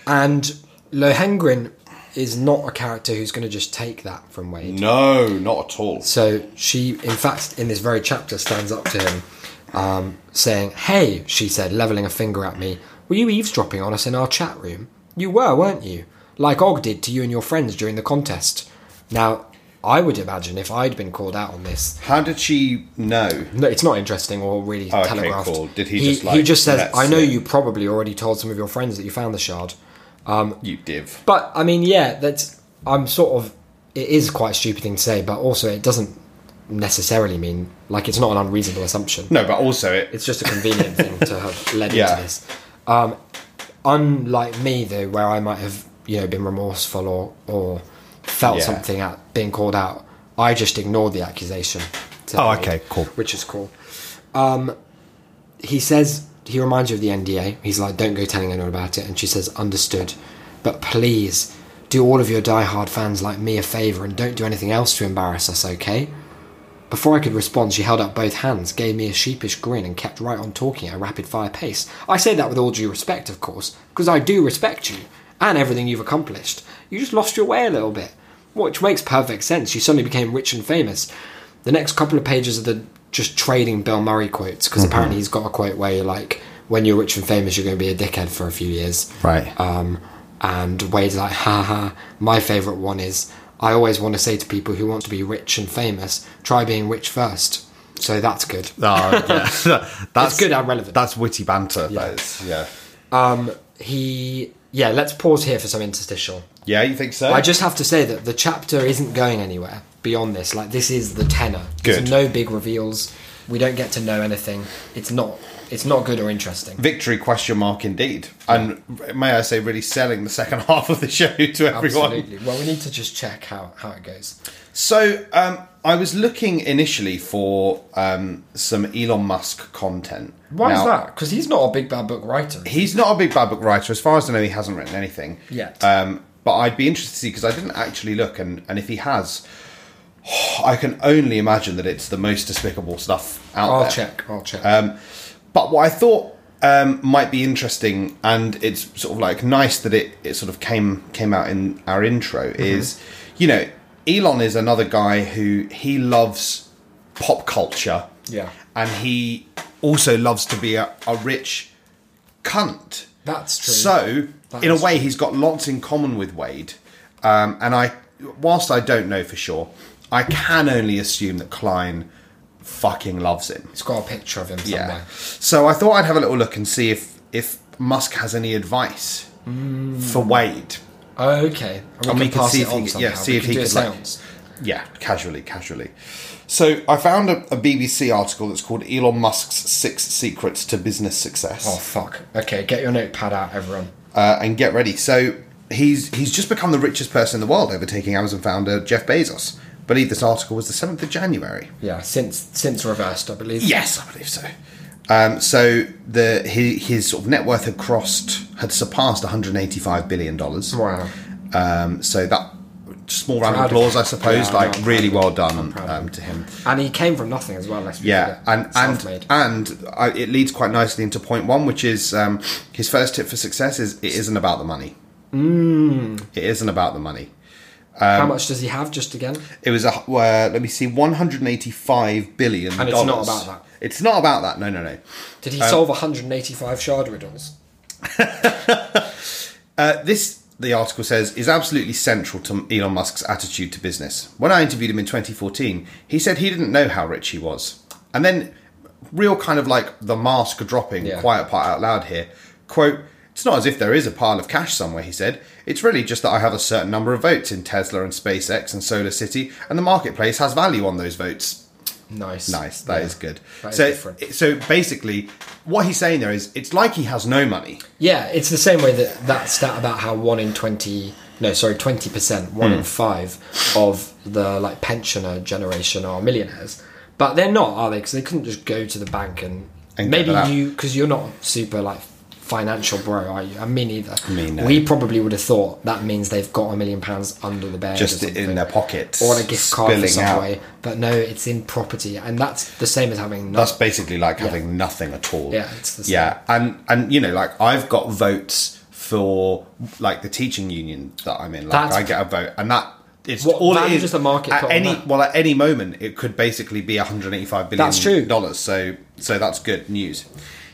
A: and Lohengrin is not a character who's going to just take that from Wade.
B: No, not at all.
A: So she, in fact, in this very chapter, stands up to him, um, saying, Hey, she said, levelling a finger at me, were you eavesdropping on us in our chat room? You were, weren't you? Like Og did to you and your friends during the contest. Now, I would imagine if I'd been called out on this.
B: How did she know?
A: No, it's not interesting or really
B: Oh, okay,
A: telegraphed.
B: cool. Did he just, like,
A: he just says,
B: let
A: "I know
B: slip?
A: you probably already told some of your friends that you found the shard."
B: You div.
A: But I mean, yeah, that's I'm sort of it is quite a stupid thing to say, but also it doesn't necessarily mean like it's not an unreasonable assumption.
B: No, but also it.
A: It's just a convenient thing to
B: *laughs*
A: have led
B: Yeah.
A: into this. Um, unlike me, though, where I might have you know been remorseful or or felt
B: Yeah.
A: something at being called out, I just ignored the accusation.
B: Oh, okay, cool.
A: Which is cool. Um, he says he reminds you of the NDA. He's like, "Don't go telling anyone about it," and she says, "Understood, but please." Do all of your die-hard fans like me a favour and don't do anything else to embarrass us, okay? Before I could respond, she held up both hands, gave me a sheepish grin, and kept right on talking at a rapid fire pace. I say that with all due respect, of course, because I do respect you and everything you've accomplished. You just lost your way a little bit, which makes perfect sense. You suddenly became rich and famous. The next couple of pages are the just trading Bill Murray quotes, because apparently he's got a quote where you're like, when you're rich and famous, you're going to be a dickhead for a few years.
B: Right.
A: Um, and Wade's like, ha ha. My favourite one is, I always want to say to people who want to be rich and famous, try being rich first. So that's good.
B: *laughs* Oh, yeah. that's
A: *laughs* It's good and relevant.
B: That's witty banter. That is, yeah.
A: He, yeah, let's pause here for some interstitial.
B: Yeah, you think so?
A: I just have to say that the chapter isn't going anywhere beyond this. Like this is the tenor.
B: Good.
A: There's no big reveals. We don't get to know anything. It's not. It's not good or interesting.
B: victory question mark indeed, and may I say, really selling the second *laughs* half of the show to everyone.
A: Absolutely. Well, we need to just check how how it goes.
B: So um, I was looking initially for um, some Elon Musk content.
A: Why is
B: Now,
A: that? Because he's not a big bad book writer. is he?
B: He's not a big bad book writer, as far as I know. He hasn't written anything
A: Yet.
B: Um, but I'd be interested to see because I didn't actually look, and and if he has. *sighs* I can only imagine that it's the most despicable stuff out
A: I'll
B: there.
A: check. I'll check.
B: um, But what I thought um, might be interesting, and it's sort of like nice that it, it sort of came came out in our intro,
A: Mm-hmm.
B: is you know Elon is another guy who he loves pop culture,
A: Yeah.
B: and he also loves to be a, a rich cunt.
A: That's true.
B: So,
A: That
B: in a
A: is
B: way, he's got lots in common with Wade. Um, and I, whilst I don't know for sure, I can only assume that Klein fucking loves him.
A: It's got a picture of him
B: Yeah.
A: somewhere.
B: So I thought I'd have a little look and see if if Musk has any advice for Wade.
A: Oh, okay. And we
B: And
A: can
B: we could
A: pass
B: see
A: it
B: if
A: on
B: he could-
A: somehow.
B: yeah, see
A: we
B: if
A: can
B: he
A: do a
B: could, like-
A: seance.
B: Yeah, casually, casually. So I found a, a BBC article that's called Elon Musk's Six Secrets to Business Success.
A: Oh fuck. Okay, get your notepad out, everyone.
B: uh, and get ready. So he's he's just become the richest person in the world, overtaking Amazon founder Jeff Bezos. I believe this article was the seventh of January.
A: Yeah, since since reversed, I believe.
B: Yes, I believe so. Um, so the his, his sort of net worth had crossed had surpassed 185 billion dollars.
A: Wow.
B: Um, so that small round of
A: Proud of
B: applause,
A: him.
B: I suppose.
A: Yeah, I know,
B: like
A: I'm
B: really
A: proud
B: well done
A: proud of
B: um, to him.
A: And he came from nothing as well. Let's be
B: Yeah, and and
A: Self-made.
B: and I, it leads quite nicely into point one, which is um, his first tip for success is it isn't about the money. Mm. It isn't about the money. um,
A: how much does he have? Just again.
B: It was a h- uh, let me see, 185 billion.
A: And it's not about that.
B: It's not about that. No, no, no.
A: Did he
B: um,
A: solve 185 shard riddles?
B: Uh, this the article says is absolutely central to Elon Musk's attitude to business. When I interviewed him in 2014, he said he didn't know how rich he was, and then real kind of like the mask dropping,
A: Yeah.
B: quiet part out loud here. Quote. It's not as if there is a pile of cash somewhere, he said. It's really just that I have a certain number of votes in Tesla and SpaceX and Solar City, and the marketplace has value on those votes.
A: Nice.
B: Nice. that is
A: Yeah.
B: good.
A: That is
B: so,
A: different.
B: so basically, what he's saying there is, it's like he has no money.
A: Yeah, it's the same way that that stat about how one in twenty, no, sorry, twenty percent, one
B: Hmm.
A: in five of the like pensioner generation are millionaires, but they're not, are they? Because they couldn't just go to the bank and,
B: And get
A: maybe
B: that.
A: you, because you're not super like financial bro, are you? I mean, neither.
B: Me no.
A: We probably would have thought that means they've got a million pounds under the bed,
B: Just
A: or something,
B: in their pockets,
A: or on a gift card for
B: spilling
A: some
B: out.
A: way. But no, it's in property, and that's the same as having. None.
B: That's basically like having nothing at all.
A: Yeah, it's the same.
B: Yeah, and and you know, like I've got votes for like the teaching union that I'm in. Like
A: That's-
B: I get a vote, and that it's
A: What
B: all it
A: value
B: is.
A: does the market
B: at
A: put on
B: any
A: that?
B: well, at any moment, it could basically be 185 billion.
A: That's true.
B: Dollars. So so that's good news.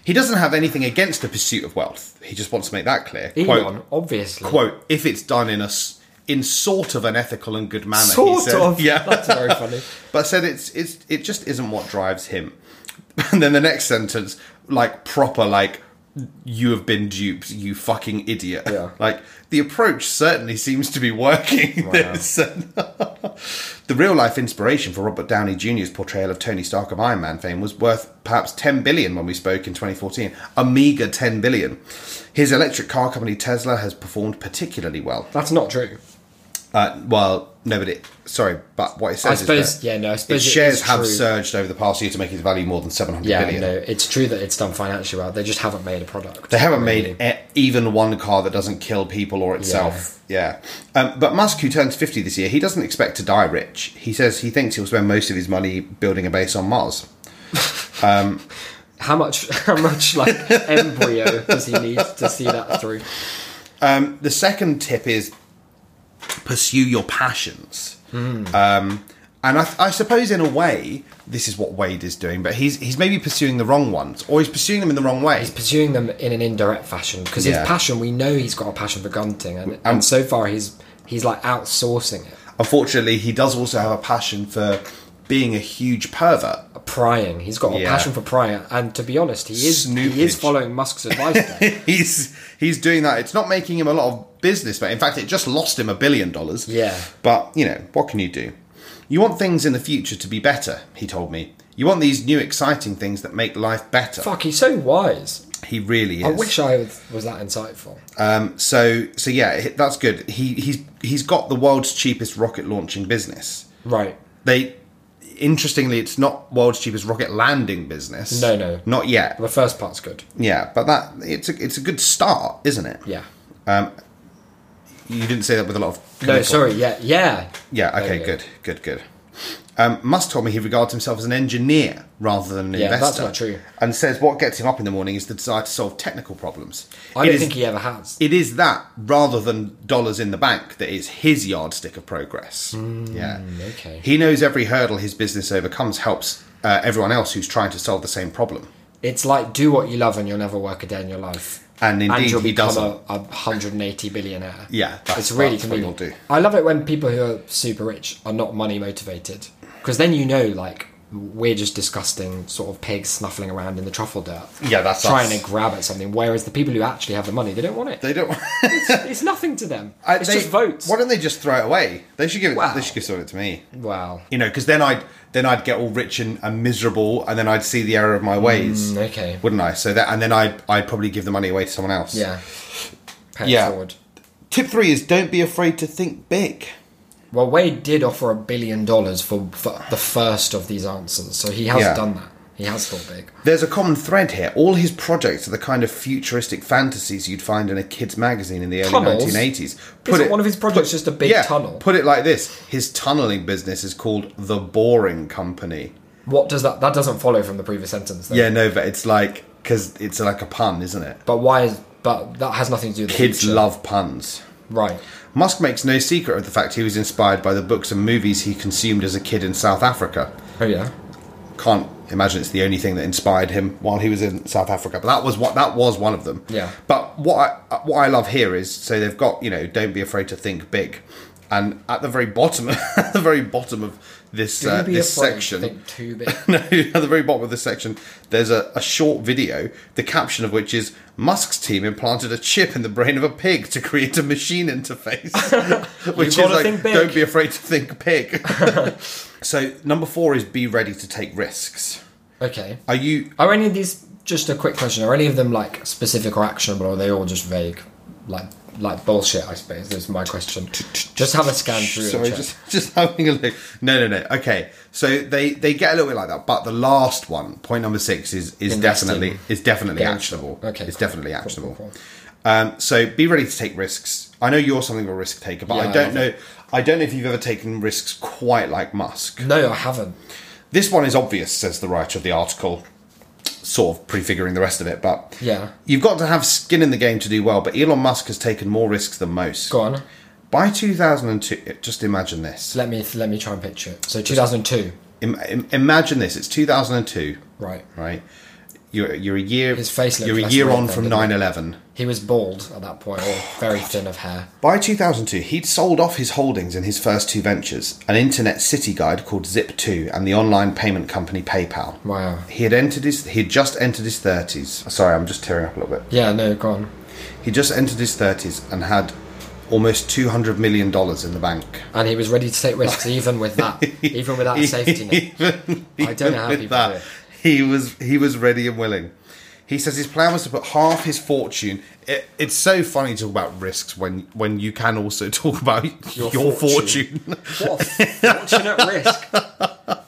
B: He doesn't have anything against the pursuit of wealth. He just wants to make that clear. Quote,
A: Elon, obviously.
B: quote if it's done in a s- in sort of an ethical and good manner. he
A: Sort
B: said.
A: of.
B: Yeah.
A: That's very
B: *laughs*
A: funny.
B: but said it's it's it just isn't what drives him. *laughs* And then the next sentence, like proper, like you have been duped, you fucking idiot.
A: Yeah.
B: *laughs* Like the approach certainly seems to be working. This. *laughs* the real life inspiration for Robert Downey Jr.'s portrayal of Tony Stark of Iron Man fame was worth perhaps 10 billion when we spoke in 2014. A meager 10 billion. His electric car company Tesla has performed particularly well.
A: That's not true.
B: Uh, well, no, but it. Sorry, but what it says
A: I suppose-
B: is that
A: yeah, no, I suppose
B: its
A: it
B: shares
A: is
B: have
A: true.
B: surged over the past year to make its value more than seven hundred
A: Yeah,
B: billion.
A: no, it's true that it's done financially well. They just haven't made a product.
B: They haven't
A: really.
B: made e- even one car that doesn't kill people or itself. Yeah. Um, but Musk, who turns 50 this year, he doesn't expect to die rich. He says he thinks he'll spend most of his money building a base on Mars.
A: how much *laughs* how much like embryo does he need to see that through?
B: Um, the second tip is pursue your passions. Um, and I, I suppose, in a way, this is what Wade is doing, but he's he's maybe pursuing the wrong ones, or he's pursuing them in the wrong way.
A: Pursuing them in an indirect fashion because
B: Yeah. Um,
A: his passion, we know he's got a passion for gunting, and, and so far he's he's like outsourcing it,
B: Unfortunately, he does also have a passion for being a huge pervert. *laughs*
A: prying. He's got a
B: Yeah.
A: passion for prying, and to be honest, he is he is
B: Snoopage.
A: following Musk's advice.
B: *laughs*
A: There.
B: he's he's doing that. It's not making him a lot of business, but in fact, it just lost him a billion dollars.
A: Yeah.
B: But you know what can you do? You want things in the future to be better. He told me. You want these new exciting things that make life better.
A: Fuck, he's so wise.
B: He really is.
A: I wish I was, was that insightful.
B: Um, so so yeah, he- that's good. He he's he's got the world's cheapest rocket launching business.
A: Right.
B: They interestingly, it's not world's cheapest rocket landing business.
A: No, no.
B: not yet.
A: The first part's good.
B: Yeah, but that it's a it's a good start, isn't it?
A: Yeah.
B: You didn't say that with a lot of
A: No,
B: commitment.
A: sorry. Yeah, yeah.
B: Yeah.
A: There
B: Okay.
A: you go.
B: Good. Good. Good. Um, Musk told me he regards himself as an engineer rather than an
A: Yeah, that's
B: investor.
A: not true.
B: And says what gets him up in the morning is the desire to solve technical problems.
A: I
B: It
A: don't
B: is-
A: think he ever has.
B: it is that rather than dollars in the bank that is his yardstick of progress.
A: Hmm.
B: yeah.
A: okay.
B: He knows every hurdle his business overcomes helps uh, everyone else who's trying to solve the same problem.
A: It's like do what you love and you'll never work a day in your life.
B: And indeed,
A: you'll
B: he
A: become
B: doesn't.
A: a, a 180 billionaire.
B: Yeah, that's-
A: it's really
B: that's what
A: convenient.
B: you'll do.
A: I love it when people who are super rich are not money motivated because then you know, like, we're just disgusting sort of pigs snuffling around in the truffle dirt.
B: Yeah, that's
A: trying
B: us.
A: to grab at something. Whereas the people who actually have the money, they don't want it.
B: They don't.
A: *laughs*
B: *laughs*
A: it's nothing to them.
B: I-
A: it's
B: they-
A: just votes.
B: Why don't they just throw it away? They should give it.
A: Wow.
B: They should give some of it to me.
A: wow.
B: you know because then i'd then i'd get all rich and, and miserable and then i'd see the error of my ways
A: Okay.
B: wouldn't i so that and then i'd i'd probably give the money away to someone else
A: Mm. Yeah. Pay it
B: Yeah.
A: forward.
B: tip three is don't be afraid to think big
A: Well, Wade did offer a billion dollars for, for the first of these answers, so he has
B: Yeah.
A: done that. He has thought big.
B: there's a common thread here all his projects are the kind of futuristic fantasies you'd find in a kid's magazine in the early
A: Tunnels?
B: 1980s
A: Isn't one of his projects just a big
B: yeah,
A: tunnel?
B: put it like this his tunneling business is called the boring company
A: what does that? That doesn't follow from the previous sentence, though.
B: yeah no but it's like because it's like a pun isn't it
A: But why? Is, but that has nothing to do with the
B: kids
A: future.
B: love puns
A: right?
B: Musk makes no secret of the fact he was inspired by the books and movies he consumed as a kid in South Africa.
A: Oh yeah.
B: Can't imagine it's the only thing that inspired him while he was in South Africa, but that was what that was one of them.
A: Yeah.
B: But what I, what I love here is so they've got you know don't be afraid to think big, and at the very bottom *laughs* at the very bottom of this uh,
A: Don't be
B: this
A: afraid to
B: section
A: think too big.
B: *laughs* no, at the very bottom of this section, there's a, a short video, the caption of which is Musk's team implanted a chip in the brain of a pig to create a
A: *laughs*
B: machine interface. *laughs* which is
A: gotta
B: like,
A: think big.
B: don't be afraid to think
A: *laughs*
B: pig. *laughs* so, number four is be ready to take risks.
A: okay.
B: Are you.
A: Are any of these just a quick question? Are any of them like specific or actionable, or are they all just vague, like like bullshit? I suppose is my question. Just have a scan through. and
B: Sorry,
A: check.
B: just, *laughs* just having a look. No, no, no. Okay, so they they get a little bit like that, but the last one, point number six, is is
A: Investing.
B: definitely is definitely
A: Yeah.
B: actionable.
A: Okay,
B: it's
A: cool.
B: definitely
A: Cool, cool,
B: actionable.
A: cool.
B: Um, so be ready to take risks. I know you're something of a risk taker, but
A: Yeah,
B: I
A: I
B: don't
A: love
B: know. I don't know if you've ever taken risks quite like Musk.
A: No, I haven't.
B: This one is obvious, says the writer of the article, sort of prefiguring the rest of it. But
A: Yeah.
B: you've got to have skin in the game to do well. But Elon Musk has taken more risks than most.
A: Go on.
B: By 2002, just imagine this.
A: Let me let me try and picture it. So 2002,
B: Im- im- imagine this. It's 2002,
A: right?
B: right? You're you're a year.
A: His face looked
B: You're a
A: less
B: year
A: red
B: on
A: then,
B: from
A: didn't it?
B: 9/11.
A: He was bald at that
B: *sighs*
A: point, or very thin of hair.
B: By 2002, he'd sold off his holdings in his first two ventures an internet city guide called Zip2 and the online payment company PayPal.
A: Wow.
B: He had entered his he had just entered his 30s. Sorry, I'm just tearing up a little bit.
A: Yeah, no, go on.
B: He just entered his 30s and had almost 200 million dollars in the bank.
A: And he was ready to take risks, even with
B: *laughs*
A: that, even without a safety net.
B: Even-
A: I don't know
B: even
A: how
B: *laughs* with
A: people do it.
B: He was he was ready and willing. He says his plan was to put half his fortune. It, it's so funny to talk about risks when when you can also *laughs* talk about your,
A: Your
B: fortune,
A: fortune. What a fortunate risk.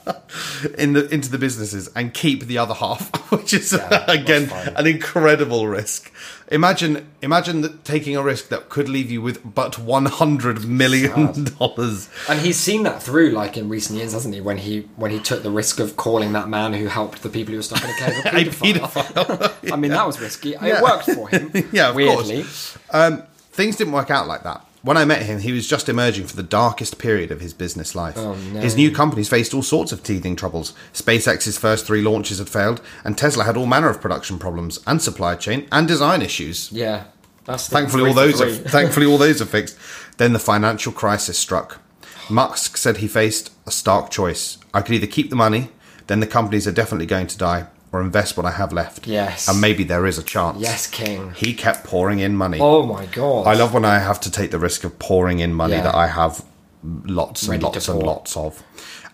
B: in the into the businesses and keep the other half, *laughs* which is
A: that's
B: again
A: fine.
B: an incredible risk. Imagine imagine that taking a risk that could leave you with but one hundred million *laughs* dollars.
A: And he's seen that through, like in recent years, hasn't he? When he when he took the risk of calling that man who helped the people who were stuck in a cave
B: *laughs*
A: a paedophile. I mean, that was risky. It worked for him.
B: *laughs* Yeah, of
A: weirdly.
B: course. Um, things didn't work out like that. When I met him, he was just emerging from the darkest period of his business life.
A: Oh, no.
B: His new companies faced all sorts of teething troubles. SpaceX's first three launches had failed, and Tesla had all manner of production problems and supply chain and design issues.
A: Yeah, that's the
B: Thankfully,
A: three
B: all
A: for
B: those are,
A: three.
B: thankfully
A: *laughs*
B: all those are fixed. Then the financial crisis struck. Musk said he faced a stark choice. I could either keep the money, then the companies are definitely going to die, or invest what I have left.
A: Yes.
B: and maybe there is a chance.
A: Yes, King.
B: He kept pouring in money.
A: Oh my god!
B: I love when I have to take the risk of pouring in money
A: Yeah.
B: that I have lots and
A: Ready to
B: lots and
A: pour.
B: lots of.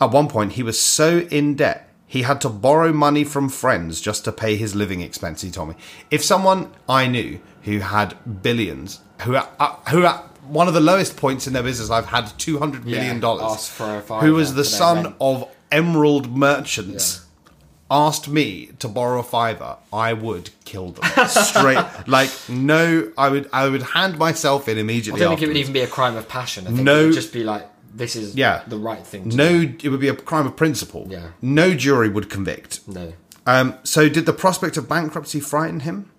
B: At one point, he was so in debt he had to borrow money from friends just to pay his living expense. He told me if someone I knew who had billions, who at, uh, who at one of the lowest points in their business, I've had two hundred million dollars,
A: asked for a fiver
B: who was the
A: for their
B: son
A: rent.
B: of emerald merchants. Asked me to borrow a fiver, I would kill them
A: *laughs*
B: straight. like no, I would I would hand myself in
A: I
B: immediately.
A: don't think it would
B: afterwards.
A: even be a crime of passion. I think
B: No.
A: it would just be like this is
B: Yeah.
A: the right thing. To do.
B: No, it would be a crime of principle.
A: Yeah.
B: No jury would convict.
A: No,
B: Um, so, did the prospect of bankruptcy frighten him?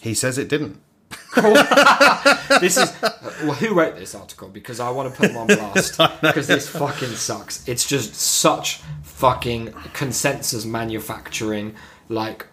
B: He says it didn't.
A: this is *laughs* well, who wrote this article because I want to put them
B: *laughs*
A: on blast because this fucking sucks. It's just such fucking consensus manufacturing, like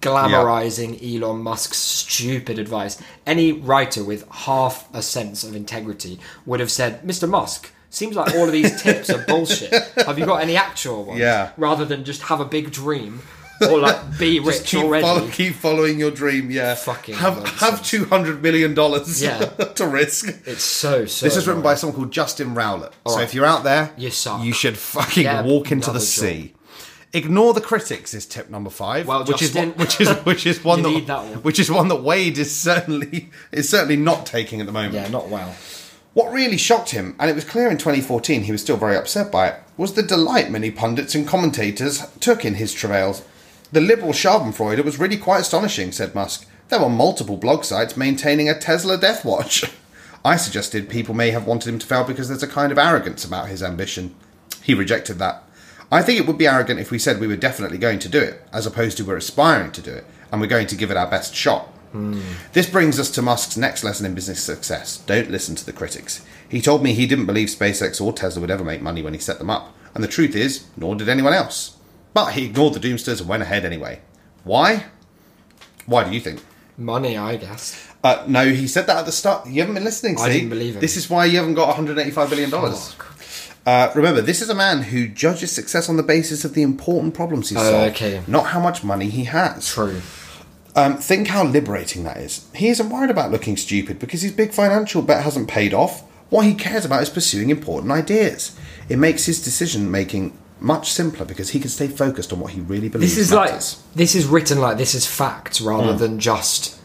A: glamorizing Elon Musk's stupid advice. Any writer with half a sense of integrity would have said, "Mr. Musk." Seems like all of these tips are bullshit. Have you got any actual ones?
B: Yeah.
A: Rather than just have a big dream or like
B: *laughs*
A: be rich
B: Keep,
A: already.
B: follow, keep following your dream. Yeah.
A: Fucking
B: have
A: nonsense.
B: have two hundred million dollars.
A: Yeah.
B: *laughs* to risk.
A: It's so so.
B: This is written
A: annoying.
B: by someone called Justin Rowlett. so
A: right.
B: if you're out there,
A: You suck.
B: should fucking
A: Get
B: walk into the
A: another job.
B: sea. Ignore the critics is tip number five,
A: Well,
B: which
A: Justin.
B: is one, which is *laughs* which is
A: *laughs*
B: one
A: You
B: that,
A: need that one.
B: which is one that Wade is certainly is certainly not taking at the moment.
A: Yeah, not well.
B: What really shocked him, and it was clear in 2014 he was still very upset by it, was the delight many pundits and commentators took in his travails. The liberal Schadenfreude was really quite astonishing, said Musk. There were multiple blog sites maintaining a Tesla death watch. *laughs* I suggested people may have wanted him to fail because there's a kind of arrogance about his ambition. He rejected that. I think it would be arrogant if we said we were definitely going to do it, as opposed to we're aspiring to do it, and we're going to give it our best shot. This brings us to Musk's next lesson in business success don't listen to the critics. He told me he didn't believe SpaceX or Tesla would ever make money when he set them up, and the truth is, nor did anyone else. But he ignored the doomsters and went ahead anyway. Why? Why do you think?
A: Money, I guess.
B: Uh, no, he said that at the start. You haven't been listening. See,
A: I didn't believe him.
B: This is why you haven't got 185 billion dollars.
A: Fuck.
B: Uh, remember, this is a man who judges success on the basis of the important problems he
A: Oh,
B: solved,
A: okay.
B: not how much money he has.
A: True.
B: Um, think how liberating that is. He isn't worried about looking stupid because his big financial bet hasn't paid off. What he cares about is pursuing important ideas. It makes his decision making much simpler because he can stay focused on what he really believes.
A: This is like
B: matters.
A: this is written like this is fact rather than just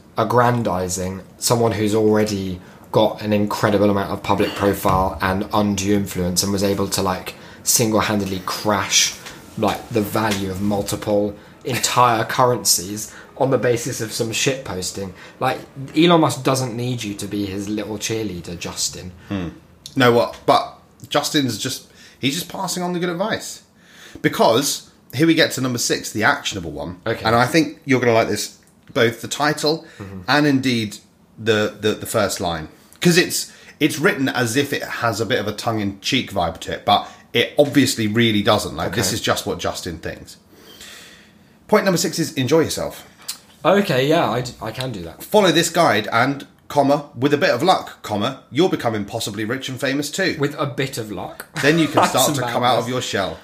A: aggrandizing someone who's already got an incredible amount of public profile and undue influence and was able to like single-handedly crash like the value of multiple entire currencies on the basis of some shit posting. Like Elon Musk doesn't need you to be his little cheerleader, Justin.
B: No, what? But Justin's just he's just passing on the good advice because here we get to number six, the actionable one.
A: Okay. Mm-hmm.
B: and I think you're going to like this, both the title and indeed the the, the first line, because it's it's written as if it has a bit of a tongue in cheek vibe to it, but it obviously really doesn't. Like this
A: Okay.
B: is just what Justin thinks. Point number six is enjoy yourself.
A: Okay, yeah, I, d- I can do that.
B: Follow this guide and, comma, with a bit of luck, comma, you'll become impossibly rich and famous too.
A: With a bit of luck. *laughs*
B: Then you can
A: That's
B: start to
A: about
B: come out
A: it.
B: of your shell.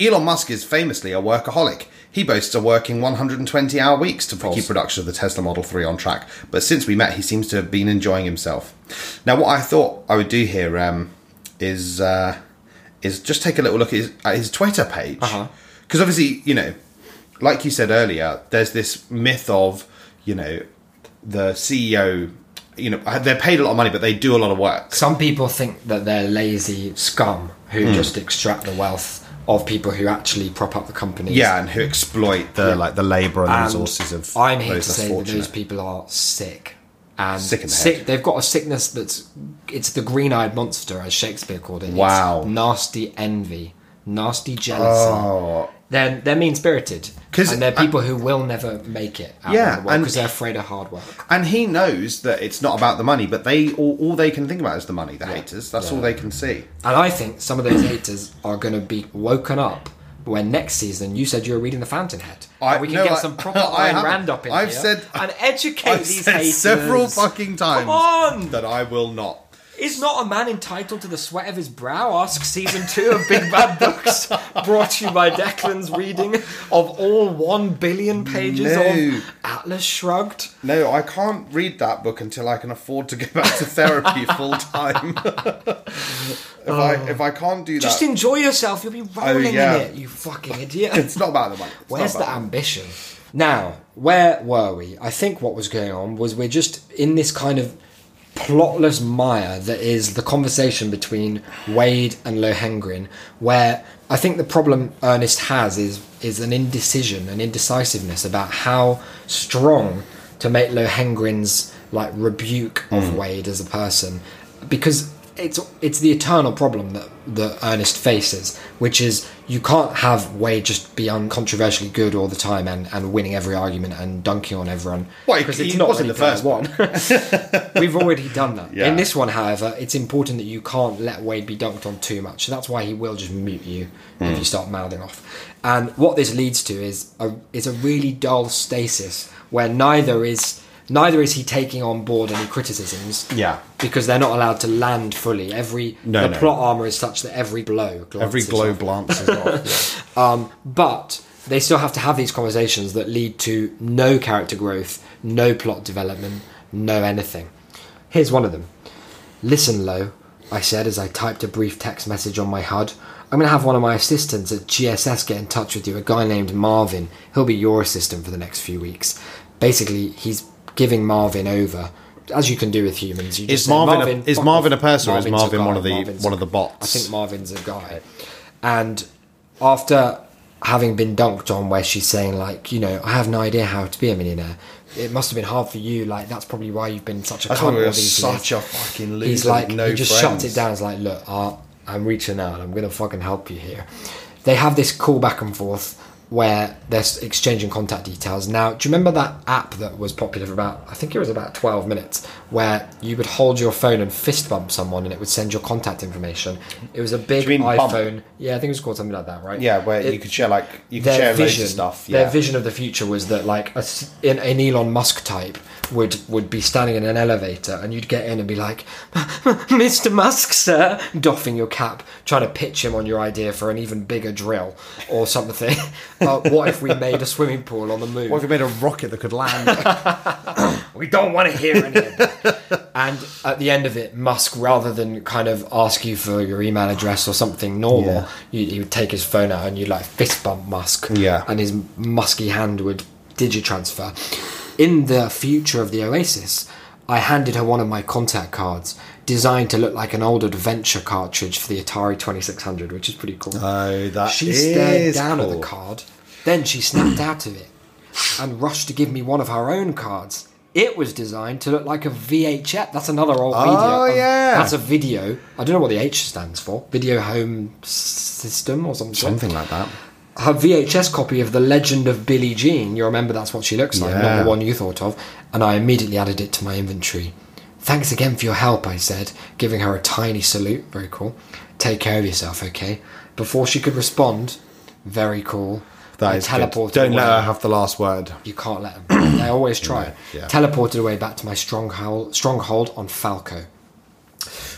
B: Elon Musk is famously a workaholic. He boasts of working 120 hour weeks to keep production of the Tesla Model 3 on track, but since we met, he seems to have been enjoying himself. Now, what I thought I would do here um, is uh, is just take a little look at his, at his Twitter page. Because
A: Uh-huh.
B: obviously, you know, like you said earlier, there's this myth of, you know, the CEO, you know, they're paid a lot of money, but they do a lot of work.
A: Some people think that they're lazy scum who
B: Hmm.
A: just extract the wealth of people who actually prop up the companies.
B: Yeah, and who exploit the like the labour and the resources of
A: I'm here
B: those
A: to
B: less
A: say that
B: fortunate.
A: those people are sick. And
B: Sick in the head.
A: They've got a sickness that's it's the green-eyed monster, as Shakespeare called it. It's
B: Wow.
A: nasty envy, nasty jealousy.
B: Oh.
A: They're they're mean-spirited,
B: 'Cause-
A: and they're people who will never make it. Out
B: Yeah,
A: yeah,
B: and-
A: because they're afraid of hard work.
B: And he knows that it's not about the money, but they all, all they can think about is the money. The haters, that's all they can see.
A: And I think some of
B: *coughs*
A: those haters are going to be woken up when next season you said you were reading The Fountainhead.
B: I-
A: And we can
B: no,
A: get
B: I- *laughs*
A: some proper
B: I
A: Ayn
B: haven't.
A: Rand up in
B: I've
A: here
B: said- *laughs*
A: and educate
B: I've
A: these
B: said
A: haters.
B: several fucking times
A: Come on!
B: that I will not.
A: Is not a man entitled to the sweat of his brow? Ask season two of Big
B: *laughs*
A: Bad Books, brought to you by Declan's reading of all one billion pages
B: No.
A: of Atlas Shrugged.
B: No, I can't read that book until I can afford to go back
A: *laughs*
B: to therapy full time. *laughs* if I if I can't do that,
A: Oh. Just enjoy yourself. You'll be rolling
B: Oh, yeah.
A: in it, you fucking idiot.
B: it's not about the money. It's not
A: Where's
B: about
A: the ambition? Now, where were we? I think what was going on was we're just in this kind of plotless mire that is the conversation between Wade and Lohengrin, where I think the problem Ernest has is is an indecision, an indecisiveness about how strong to make Lohengrin's like rebuke
B: Hmm.
A: of Wade as a person, because it's it's the eternal problem that that Ernest faces, which is you can't have Wade just be uncontroversially good all the time and, and winning every argument and dunking on everyone.
B: Well, he-
A: 'Cause
B: he was in
A: really
B: the first
A: one. *laughs* We've already done that.
B: Yeah.
A: In this one, however, it's important that you can't let Wade be dunked on too much. So that's why he will just mute you if
B: Hmm.
A: you start mouthing off. And what this leads to is a is a really dull stasis where neither is neither is he taking on board any criticisms
B: Yeah.
A: because they're not allowed to land fully. Every
B: No,
A: the
B: no.
A: plot armor is such that every blow, glances
B: every glow
A: off.
B: glances off.
A: but they still have to have these conversations that lead to no character growth, no plot development, no anything. Here's one of them. Listen, Lo, I said as I typed a brief text message on my HUD. I'm going to have one of my assistants at GSS get in touch with you, a guy named Marvin. He'll be your assistant for the next few weeks. Basically, he's giving Marvin over, as you can do with humans. You just
B: Is
A: say,
B: Marvin a- is
A: fuck
B: Marvin
A: off.
B: a person or is
A: Marvin's a
B: Marvin one
A: guy.
B: of the-
A: Marvin's-
B: one of the bots?"
A: I think Marvin's a guy. And after having been dunked on, where she's saying, like, you know, I have no idea how to be a millionaire. It must have been hard for you. Like, that's probably why you've been such a
B: That's
A: cunt
B: why we
A: all
B: were
A: these
B: such
A: years.
B: a fucking loser.
A: He's like,
B: with no
A: he just
B: friends.
A: shuts it down. He's like, look, uh, I'm reaching out. I'm gonna fucking help you here. They have this call back and forth where they're s- exchanging contact details. Now, do you remember that app that was popular for about? I think it was about 12 minutes, where you would hold your phone and fist bump someone, and it would send your contact information. It was a big
B: you mean bump?
A: iPhone. Yeah, I think it was called something like that, right?
B: Yeah, where
A: It-
B: you could share like you could
A: their
B: share
A: vision,
B: loads of stuff.
A: their
B: Yeah.
A: vision of the future was that like a s an, an Elon Musk type would would be standing in an elevator and you'd get in and be like, *laughs* Mr. Musk, sir, doffing your cap, trying to pitch him on your idea for an even bigger drill or something. *laughs* uh, what if we made a swimming pool on the moon?
B: What if we made a rocket that could land?
A: we don't want to hear any of
B: *laughs*
A: that. and at the end of it, Musk, rather than kind of ask you for your email address or something normal,
B: Yeah.
A: you, he would take his phone out and you'd like fist bump Musk.
B: Yeah.
A: And his musky hand would digitransfer. In the future of the Oasis, I handed her one of my contact cards designed to look like an old adventure cartridge for the Atari 2600, which is pretty cool.
B: *laughs* oh, that
A: She stared
B: is
A: down at
B: cool.
A: the card, then she snapped out of it and rushed to give me one of her own cards. It was designed to look like a VHF. That's another old
B: Oh,
A: media.
B: yeah.
A: That's a video. I don't know what the H stands for. Video home s- system or something.
B: Something like that.
A: Her VHS copy of The Legend of Billie Jean. You remember that's what she looks like, not
B: Yeah.
A: the one you thought of. And I immediately added it to my inventory. Thanks again for your help, I said, giving her a tiny salute. Very cool. Take care of yourself, okay? Before she could respond, very cool.
B: That
A: They
B: is
A: teleported
B: good. Don't let
A: away.
B: her have the last word.
A: You can't let them. they
B: *clears throat*
A: always try.
B: yeah.
A: Teleported away back to my stronghold, stronghold on Falco.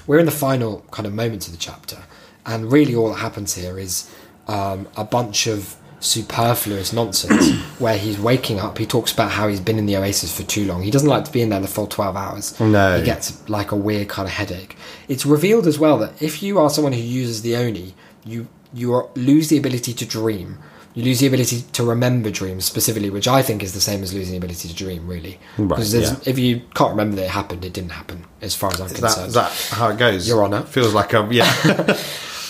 A: We're in the final kind of moments of the chapter, and really all that happens here is um, a bunch of superfluous
B: *coughs*
A: nonsense where he's waking up. He talks about how he's been in the oasis for too long. He doesn't like to be in there the full 12 hours.
B: No.
A: He gets like a weird kind of headache. It's revealed as well that if you are someone who uses the Oni, you, you are, lose the ability to dream. You lose the ability to remember dreams specifically, which I think is the same as losing the ability to dream, really.
B: Right,
A: Because there's-
B: yeah.
A: if you can't remember that it happened, it didn't happen, as far as I'm
B: Is that,
A: concerned.
B: is that how it goes?
A: Your Honour.
B: Feels like a
A: *laughs*
B: yeah.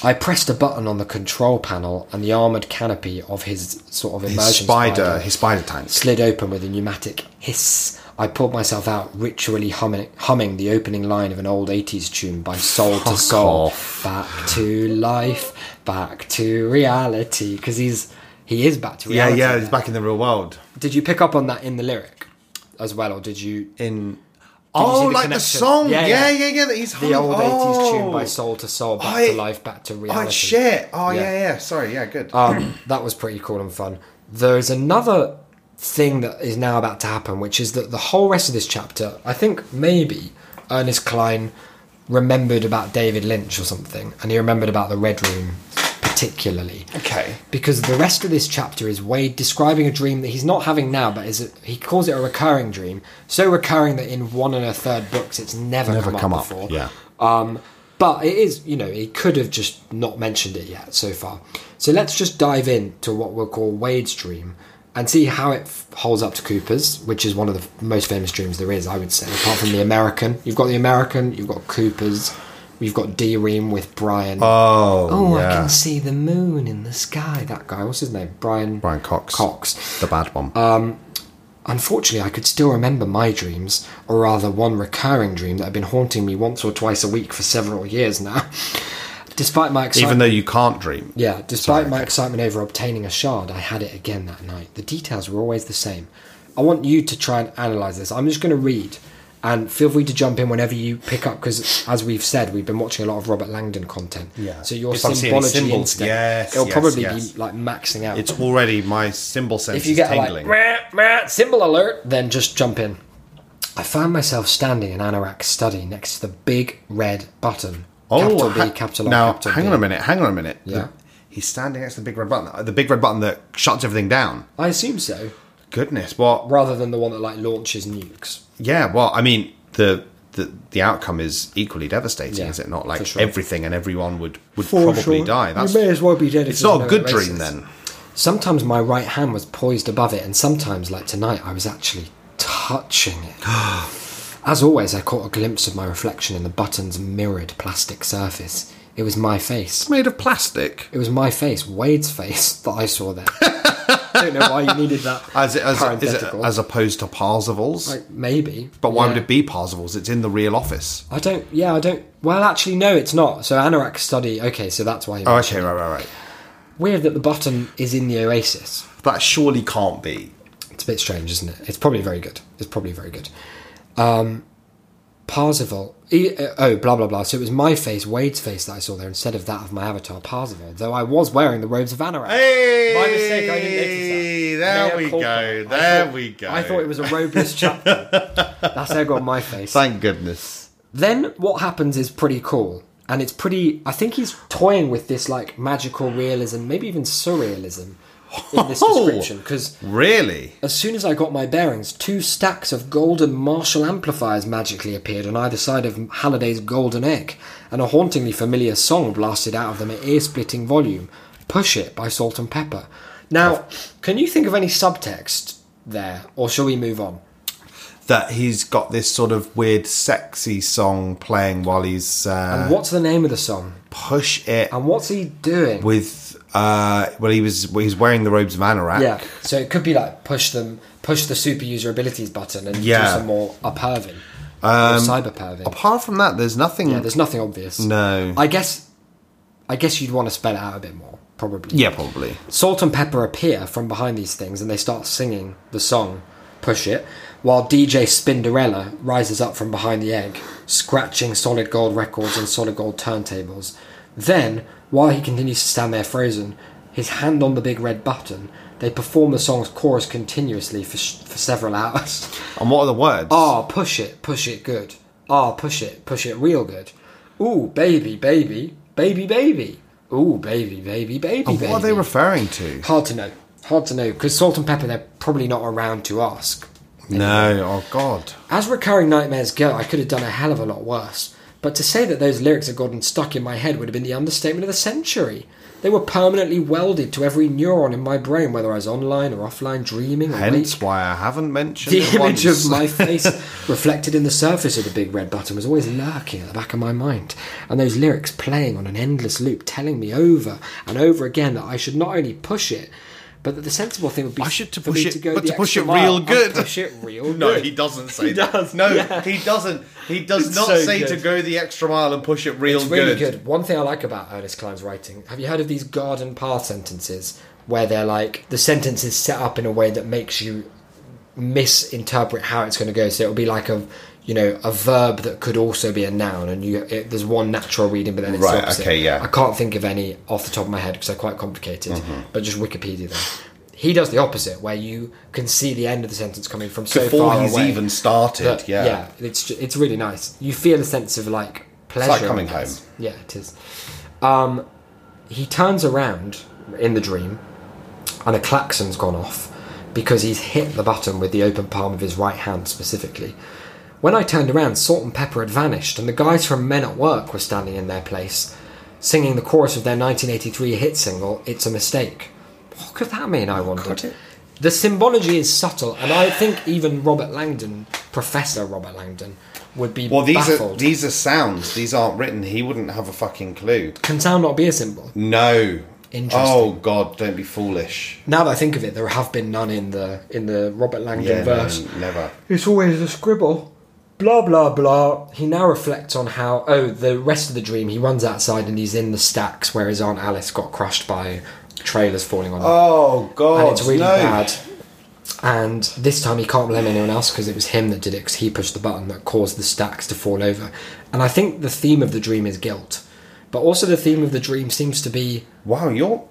A: I pressed a button on the control panel, and the armored canopy of his sort of
B: his
A: immersion
B: spider,
A: spider,
B: his spider tank.
A: slid open with a pneumatic hiss. I pulled myself out, ritually humming, humming the opening line of an old 80s tune by Soul to
B: Fuck
A: Soul.
B: off.
A: Back to life, back to reality. Because he's he is back to
B: Yeah,
A: reality.
B: yeah. He's
A: there.
B: back in the real world.
A: Did you pick up on that in the lyric as well, or did you?
B: In oh,
A: the
B: like
A: connection?
B: the song.
A: Yeah,
B: Yeah, yeah,
A: yeah.
B: yeah. that he's
A: The old 80s tune by
B: oh.
A: Soul to Soul, back
B: I-
A: to life, back to reality.
B: Oh shit! Oh
A: Yeah.
B: yeah. yeah, Sorry, yeah, good.
A: um, that was pretty cool and fun. There's another thing that is now about to happen, which is that the whole rest of this chapter, I think maybe Ernest Klein remembered about David Lynch or something, and he remembered about the Red Room particularly.
B: okay.
A: Because the rest of this chapter is Wade describing a dream that he's not having now, but is a, he calls it a recurring dream, so recurring that in one and a third books it's never,
B: Never
A: come,
B: come
A: up,
B: up,
A: before.
B: yeah.
A: Um, but it is, you know, he could have just not mentioned it yet so far. So let's just dive in to what we'll call Wade's dream and see how it f- holds up to Cooper's, which is one of the f- most famous dreams there is, I would say, apart from the American. You've got the American, you've got Cooper's, you've got D Ream with Brian.
B: Oh,
A: Oh, I
B: yeah.
A: can see the moon in the sky. That guy, what's his name? Brian.
B: Brian Cox.
A: Cox.
B: the bad one.
A: Unfortunately, I could still remember my dreams, or rather, one recurring dream that had been haunting me once or twice a week for several years now. *laughs* Despite my excitement,
B: Even though you can't dream.
A: yeah, despite my excitement over obtaining a shard, I had it again that night. The details were always the same. I want you to try and analyze this. I'm just going to read, and feel free to jump in whenever you pick up, because as we've said, we've been watching a lot of Robert Langdon content.
B: Yeah.
A: So your
B: If I'm seeing any
A: symbology
B: symbols,
A: instinct,
B: yes,
A: it'll
B: yes,
A: probably
B: yes.
A: be like maxing out.
B: It's already my symbol sense
A: if you
B: is
A: get
B: tingling.
A: like meh, meh, symbol alert, then just jump in. I found myself standing in Anorak's study next to the big red button. capital B,
B: Oh, ha-
A: capital R,
B: now,
A: capital
B: hang
A: B.
B: on a minute. Hang on a minute.
A: Yeah.
B: He's standing next to the big red button. The big red button that shuts everything down.
A: I assume so,
B: Goodness. What?
A: rather than the one that like launches nukes.
B: Yeah. Well, I mean, the the, the outcome is equally devastating,
A: Yeah,
B: is it not?
A: for
B: Like
A: sure.
B: everything and everyone would would probably die. That's
A: you may as well be dead. if
B: it's
A: there's
B: not
A: no
B: a good
A: basis.
B: dream then.
A: Sometimes my right hand was poised above it, and sometimes, like tonight, I was actually touching *gasps* it. As always, I caught a glimpse of my reflection in the button's mirrored plastic surface. It was my face.
B: Made of plastic.
A: It was my face, Wade's face, *laughs* that I saw there. Don't know why you needed that.
B: *laughs* As it, as, is it,
A: Parenthetical.
B: as opposed to Parsivals.
A: Like, maybe.
B: but why
A: Yeah.
B: would it be Parsivals? It's in the real office.
A: I don't. Yeah, I don't. Well, actually, no, it's not. So Anorak study. Okay, so that's why.
B: Oh, okay, right, right, right.
A: Weird that the button is in the Oasis.
B: That surely can't be.
A: It's a bit strange, isn't it? It's probably very good. It's probably very good. Um, Parzival. E- uh, oh, blah, blah, blah. So it was my face, Wade's face, that I saw there instead of that of my avatar, Parzival, though I was wearing the robes of Anorak.
B: Hey!
A: My mistake, I didn't notice that.
B: There
A: Mea
B: we
A: culpa.
B: go.
A: I
B: There
A: thought-
B: we go.
A: I thought it was a robeless
B: *laughs*
A: chapter. That's egg on my face.
B: Thank goodness.
A: Then what happens is pretty cool. And it's pretty. I think he's toying with this like magical realism, maybe even surrealism in this
B: Oh!
A: description. Because
B: Really?
A: as soon as I got my bearings, two stacks of golden Marshall amplifiers magically appeared on either side of Halliday's golden egg, and a hauntingly familiar song blasted out of them at ear splitting volume Push It by Salt and Pepper. Now, can you think of any subtext there, or shall we move on?
B: That he's got this sort of weird, sexy song playing while he's uh,
A: What's the name of the song?
B: push it
A: And what's he doing?
B: with. Uh, well, he was he's wearing the robes of Anorak.
A: yeah, so it could be like push them, push the super user abilities button and do
B: Yeah.
A: some more upperving, um, cyber perving.
B: Apart from that, there's nothing.
A: Yeah, there's nothing obvious.
B: No.
A: I guess I guess you'd want to spell it out a bit more, probably.
B: yeah, probably.
A: Salt and Pepper appear from behind these things and they start singing the song Push It, while DJ Spinderella rises up from behind the egg, scratching solid gold records and solid gold turntables. Then, while he continues to stand there frozen, his hand on the big red button, They perform the song's chorus continuously for, sh- for several *laughs* hours.
B: And what are the words?
A: Ah, push it, push it good. Ah, push it, push it real good. Ooh, baby, baby, baby, baby. Ooh, baby, baby, baby,
B: And
A: baby.
B: what are they referring to?
A: Hard to know. Hard to know because Salt and Pepper they're probably not around to ask.
B: No, oh god.
A: As recurring nightmares go, I could have done a hell of a lot worse. But to say that those lyrics had gotten stuck in my head would have been the understatement of the century. They were permanently welded to every neuron in my brain, whether I was online or offline, dreaming or awake.
B: Hence why I haven't mentioned
A: The
B: it
A: image
B: once. *laughs*
A: of my face reflected in the surface of the big red button was always lurking at the back of my mind, and those lyrics playing on an endless loop, telling me over and over again that I should not only push it, but that the sensible thing would be
B: I should to
A: for
B: push
A: me
B: it,
A: to go
B: but
A: the
B: to push
A: extra
B: it real
A: mile and
B: good.
A: Push it real
B: *laughs* No,
A: good.
B: he doesn't
A: *laughs*
B: say
A: He
B: that.
A: does,
B: No,
A: yeah.
B: he doesn't. He does
A: It's
B: not
A: so
B: say to
A: good.
B: go the extra mile and push it real
A: It's
B: good.
A: really good. One thing I like about Ernest Cline's writing, have you heard of these garden path sentences where they're like the sentence is set up in a way that makes you misinterpret how it's going to go. So it'll be like a you know a verb that could also be a noun, and you it, there's one natural reading, but then it's the
B: Right,
A: opposite.
B: okay, yeah. Mm-hmm.
A: I can't think of any off the top of my head because they're quite complicated. But just Wikipedia them. He does the opposite, where you can see the end of the sentence coming from so
B: Before
A: far
B: he's
A: away
B: even started,
A: that-
B: yeah.
A: it's ju- it's really nice. You feel a sense of like pleasure. I
B: coming
A: guess.
B: home.
A: Yeah, it is. Um, he turns around in the dream, and a klaxon's gone off because he's hit the button with the open palm of his right hand specifically. When I turned around, Salt and Pepper had vanished, and the guys from Men at Work were standing in their place, singing the chorus of their 1983 hit single, It's a Mistake. What could that mean, I wondered?
B: God.
A: The symbology is subtle, and I think even Robert Langdon, Professor Robert Langdon, would be
B: Well, these
A: baffled.
B: are these are sounds. These aren't written. He wouldn't have a fucking clue.
A: Can sound not be a symbol?
B: No.
A: Interesting.
B: Oh god, don't be foolish.
A: Now that I think of it, there have been none in the in the Robert Langdon
B: Yeah,
A: verse.
B: no, never.
A: It's always a scribble. Blah blah blah. He now reflects on how oh the rest of the dream he runs outside and he's in the stacks where his aunt Alice got crushed by trailers falling on her.
B: Oh god,
A: and it's really
B: no.
A: bad. And this time he can't blame anyone else because it was him that did it because he pushed the button that caused the stacks to fall over. And I think the theme of the dream is guilt, but also the theme of the dream seems to be
B: Wow, you're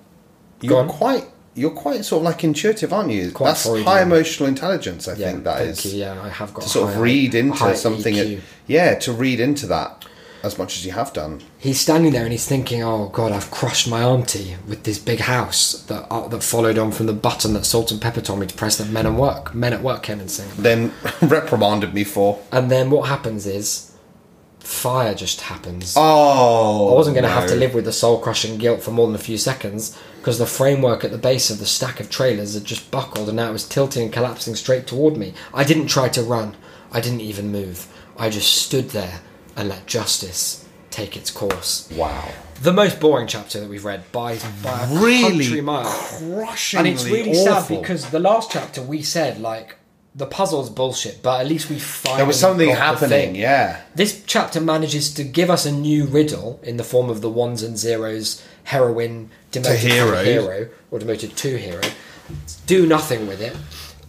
B: you're
A: on.
B: quite you're quite sort of like intuitive, aren't you?
A: Quite
B: That's
A: Freudian.
B: high emotional intelligence. I
A: yeah,
B: think that
A: thank
B: is
A: you, yeah, I have got
B: to
A: a
B: sort of
A: high- E
B: read into
A: high E
B: something.
A: EQ.
B: It, yeah, to read into that as much as you have done.
A: he's standing there and he's thinking, "Oh God, I've crushed my auntie with this big house that uh, that followed on from the button that Salt and Pepper told me to press that Men at Work, Men at Work came and sing."
B: Then *laughs* reprimanded me for.
A: And then what happens is, fire just happens.
B: Oh,
A: I wasn't going to
B: no.
A: have to live with the soul crushing guilt for more than a few seconds because the framework at the base of the stack of trailers had just buckled and now it was tilting and collapsing straight toward me. I didn't try to run, I didn't even move. I just stood there and let justice take its course.
B: Wow,
A: The most boring chapter that we've read by, by a country
B: really
A: mile.
B: crushingly
A: And it's really
B: awful.
A: sad because the last chapter we said, like, the puzzle's bullshit, but at least we finally
B: there was something
A: got the
B: happening.
A: thing.
B: Yeah,
A: This chapter manages to give us a new riddle in the form of the ones and zeros, heroine, demoted
B: To
A: to hero.
B: hero.
A: hero, or demoted to hero, do nothing with it,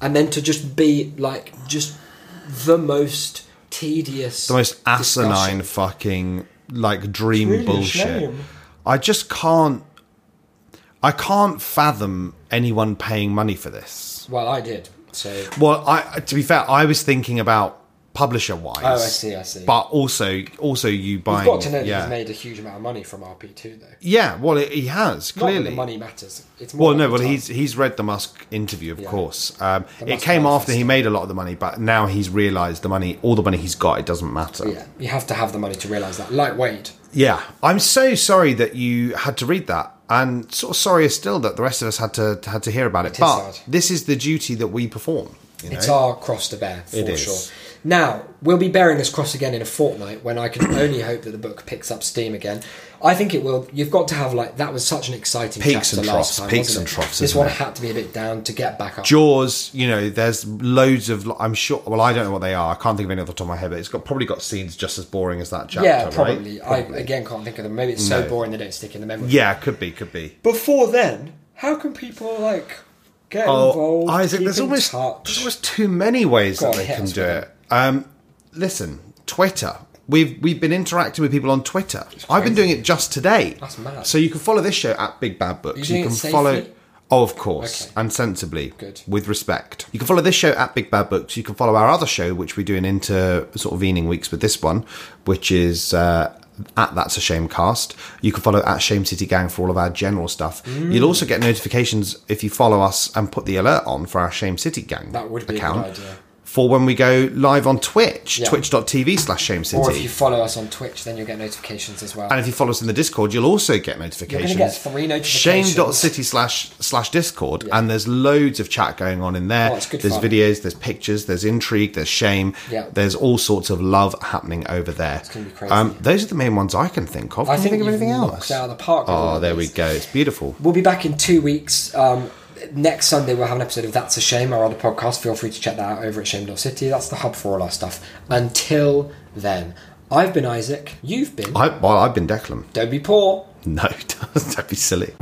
A: and then to just be like just the most tedious,
B: the most
A: discussion.
B: asinine fucking like dream
A: really a
B: bullshit.
A: shame.
B: I just can't. I can't fathom anyone paying money for this.
A: Well, I did. So
B: Well, I to be fair, I was thinking about publisher wise.
A: Oh, I see, I see.
B: But also, also you buying.
A: I've got to know that
B: yeah.
A: he's made a huge amount of money from RP2, though.
B: Yeah, well, it, he has
A: Not that
B: clearly.
A: the money matters. It's more
B: well, no,
A: about
B: well
A: the
B: he's he's read the Musk interview, of
A: Yeah.
B: course. Um,
A: The
B: it
A: Musk
B: came after
A: manifesto.
B: he made a lot of the money, but now he's realised the money, all the money he's got, it doesn't matter.
A: time. Yeah, you have to have the money to realise that. Lightweight.
B: Yeah, I'm so sorry that you had to read that, and sort of sorrier still that the rest of us had to had to hear about it.
A: is
B: but
A: sad.
B: this is the duty that we perform. You know?
A: It's our cross to bear, for
B: It is.
A: sure. Now, we'll be bearing this cross again in a fortnight when I can only hope that the book picks up steam again. I think it will. You've got to have, like, that was such an exciting
B: Peaks
A: chapter
B: and troughs,
A: last time.
B: peaks
A: wasn't
B: and
A: it?
B: troughs,
A: This
B: isn't
A: one
B: it?
A: had to be a bit down to get back up.
B: Jaws, you know, there's loads of. I'm sure. Well, I don't know what they are. I can't think of any off the top of my head, but it's got probably got scenes just as boring as that chapter.
A: yeah,
B: right?
A: probably. I, again, can't think of them. Maybe it's so boring they don't stick in the memory.
B: Yeah, could be, could be.
A: Before then, how can people, like, get
B: Oh,
A: involved?
B: Isaac,
A: keep
B: there's
A: in
B: almost
A: touch?
B: there's almost too many ways
A: Go
B: that
A: on,
B: they
A: hit
B: can
A: us
B: do
A: with
B: it. Um, listen, Twitter. We've we've been interacting with people on Twitter. I've been doing it just today.
A: That's mad.
B: So you can follow this show at Big Bad Books.
A: you doing
B: can
A: it safely?
B: follow. Of course,
A: Okay.
B: and sensibly,
A: Good.
B: with respect. You can follow this show at Big Bad Books. You can follow our other show, which we're doing into sort of evening weeks with this one, which is uh, at That's a Shame Cast. You can follow at Shame City Gang for all of our general stuff.
A: Mm.
B: You'll also get notifications if you follow us and put the alert on for our Shame City Gang
A: That would be a good
B: account.
A: idea.
B: For when we go live on Twitch,
A: Yeah.
B: twitch.tv slash Shame City.
A: Or if you follow us on Twitch, then you'll get notifications as well.
B: And if you follow us in the Discord, you'll also get
A: gonna
B: notifications.
A: get three notifications.
B: Shame.city slash slash Discord, and there's loads of chat going on in there.
A: Oh, it's good
B: there's
A: fun.
B: videos, there's pictures, there's intrigue, there's shame.
A: Yeah.
B: There's all sorts of love happening over there. It's
A: gonna be crazy.
B: those are the main ones I can think of.
A: I
B: can
A: think,
B: you think of
A: you've
B: anything
A: knocked
B: else.
A: it out of the park. with all
B: Oh,
A: of
B: there we
A: these.
B: go. It's beautiful.
A: We'll be back in two weeks. Um, next Sunday, we'll have an episode of That's a Shame, our other podcast. Feel free to check that out over at shame.city. That's the hub for all our stuff. Until then, I've been
B: Oh.
A: Isaac. You've been.
B: *laughs* I, well, I've been Declan.
A: Don't be poor.
B: No, don't be silly.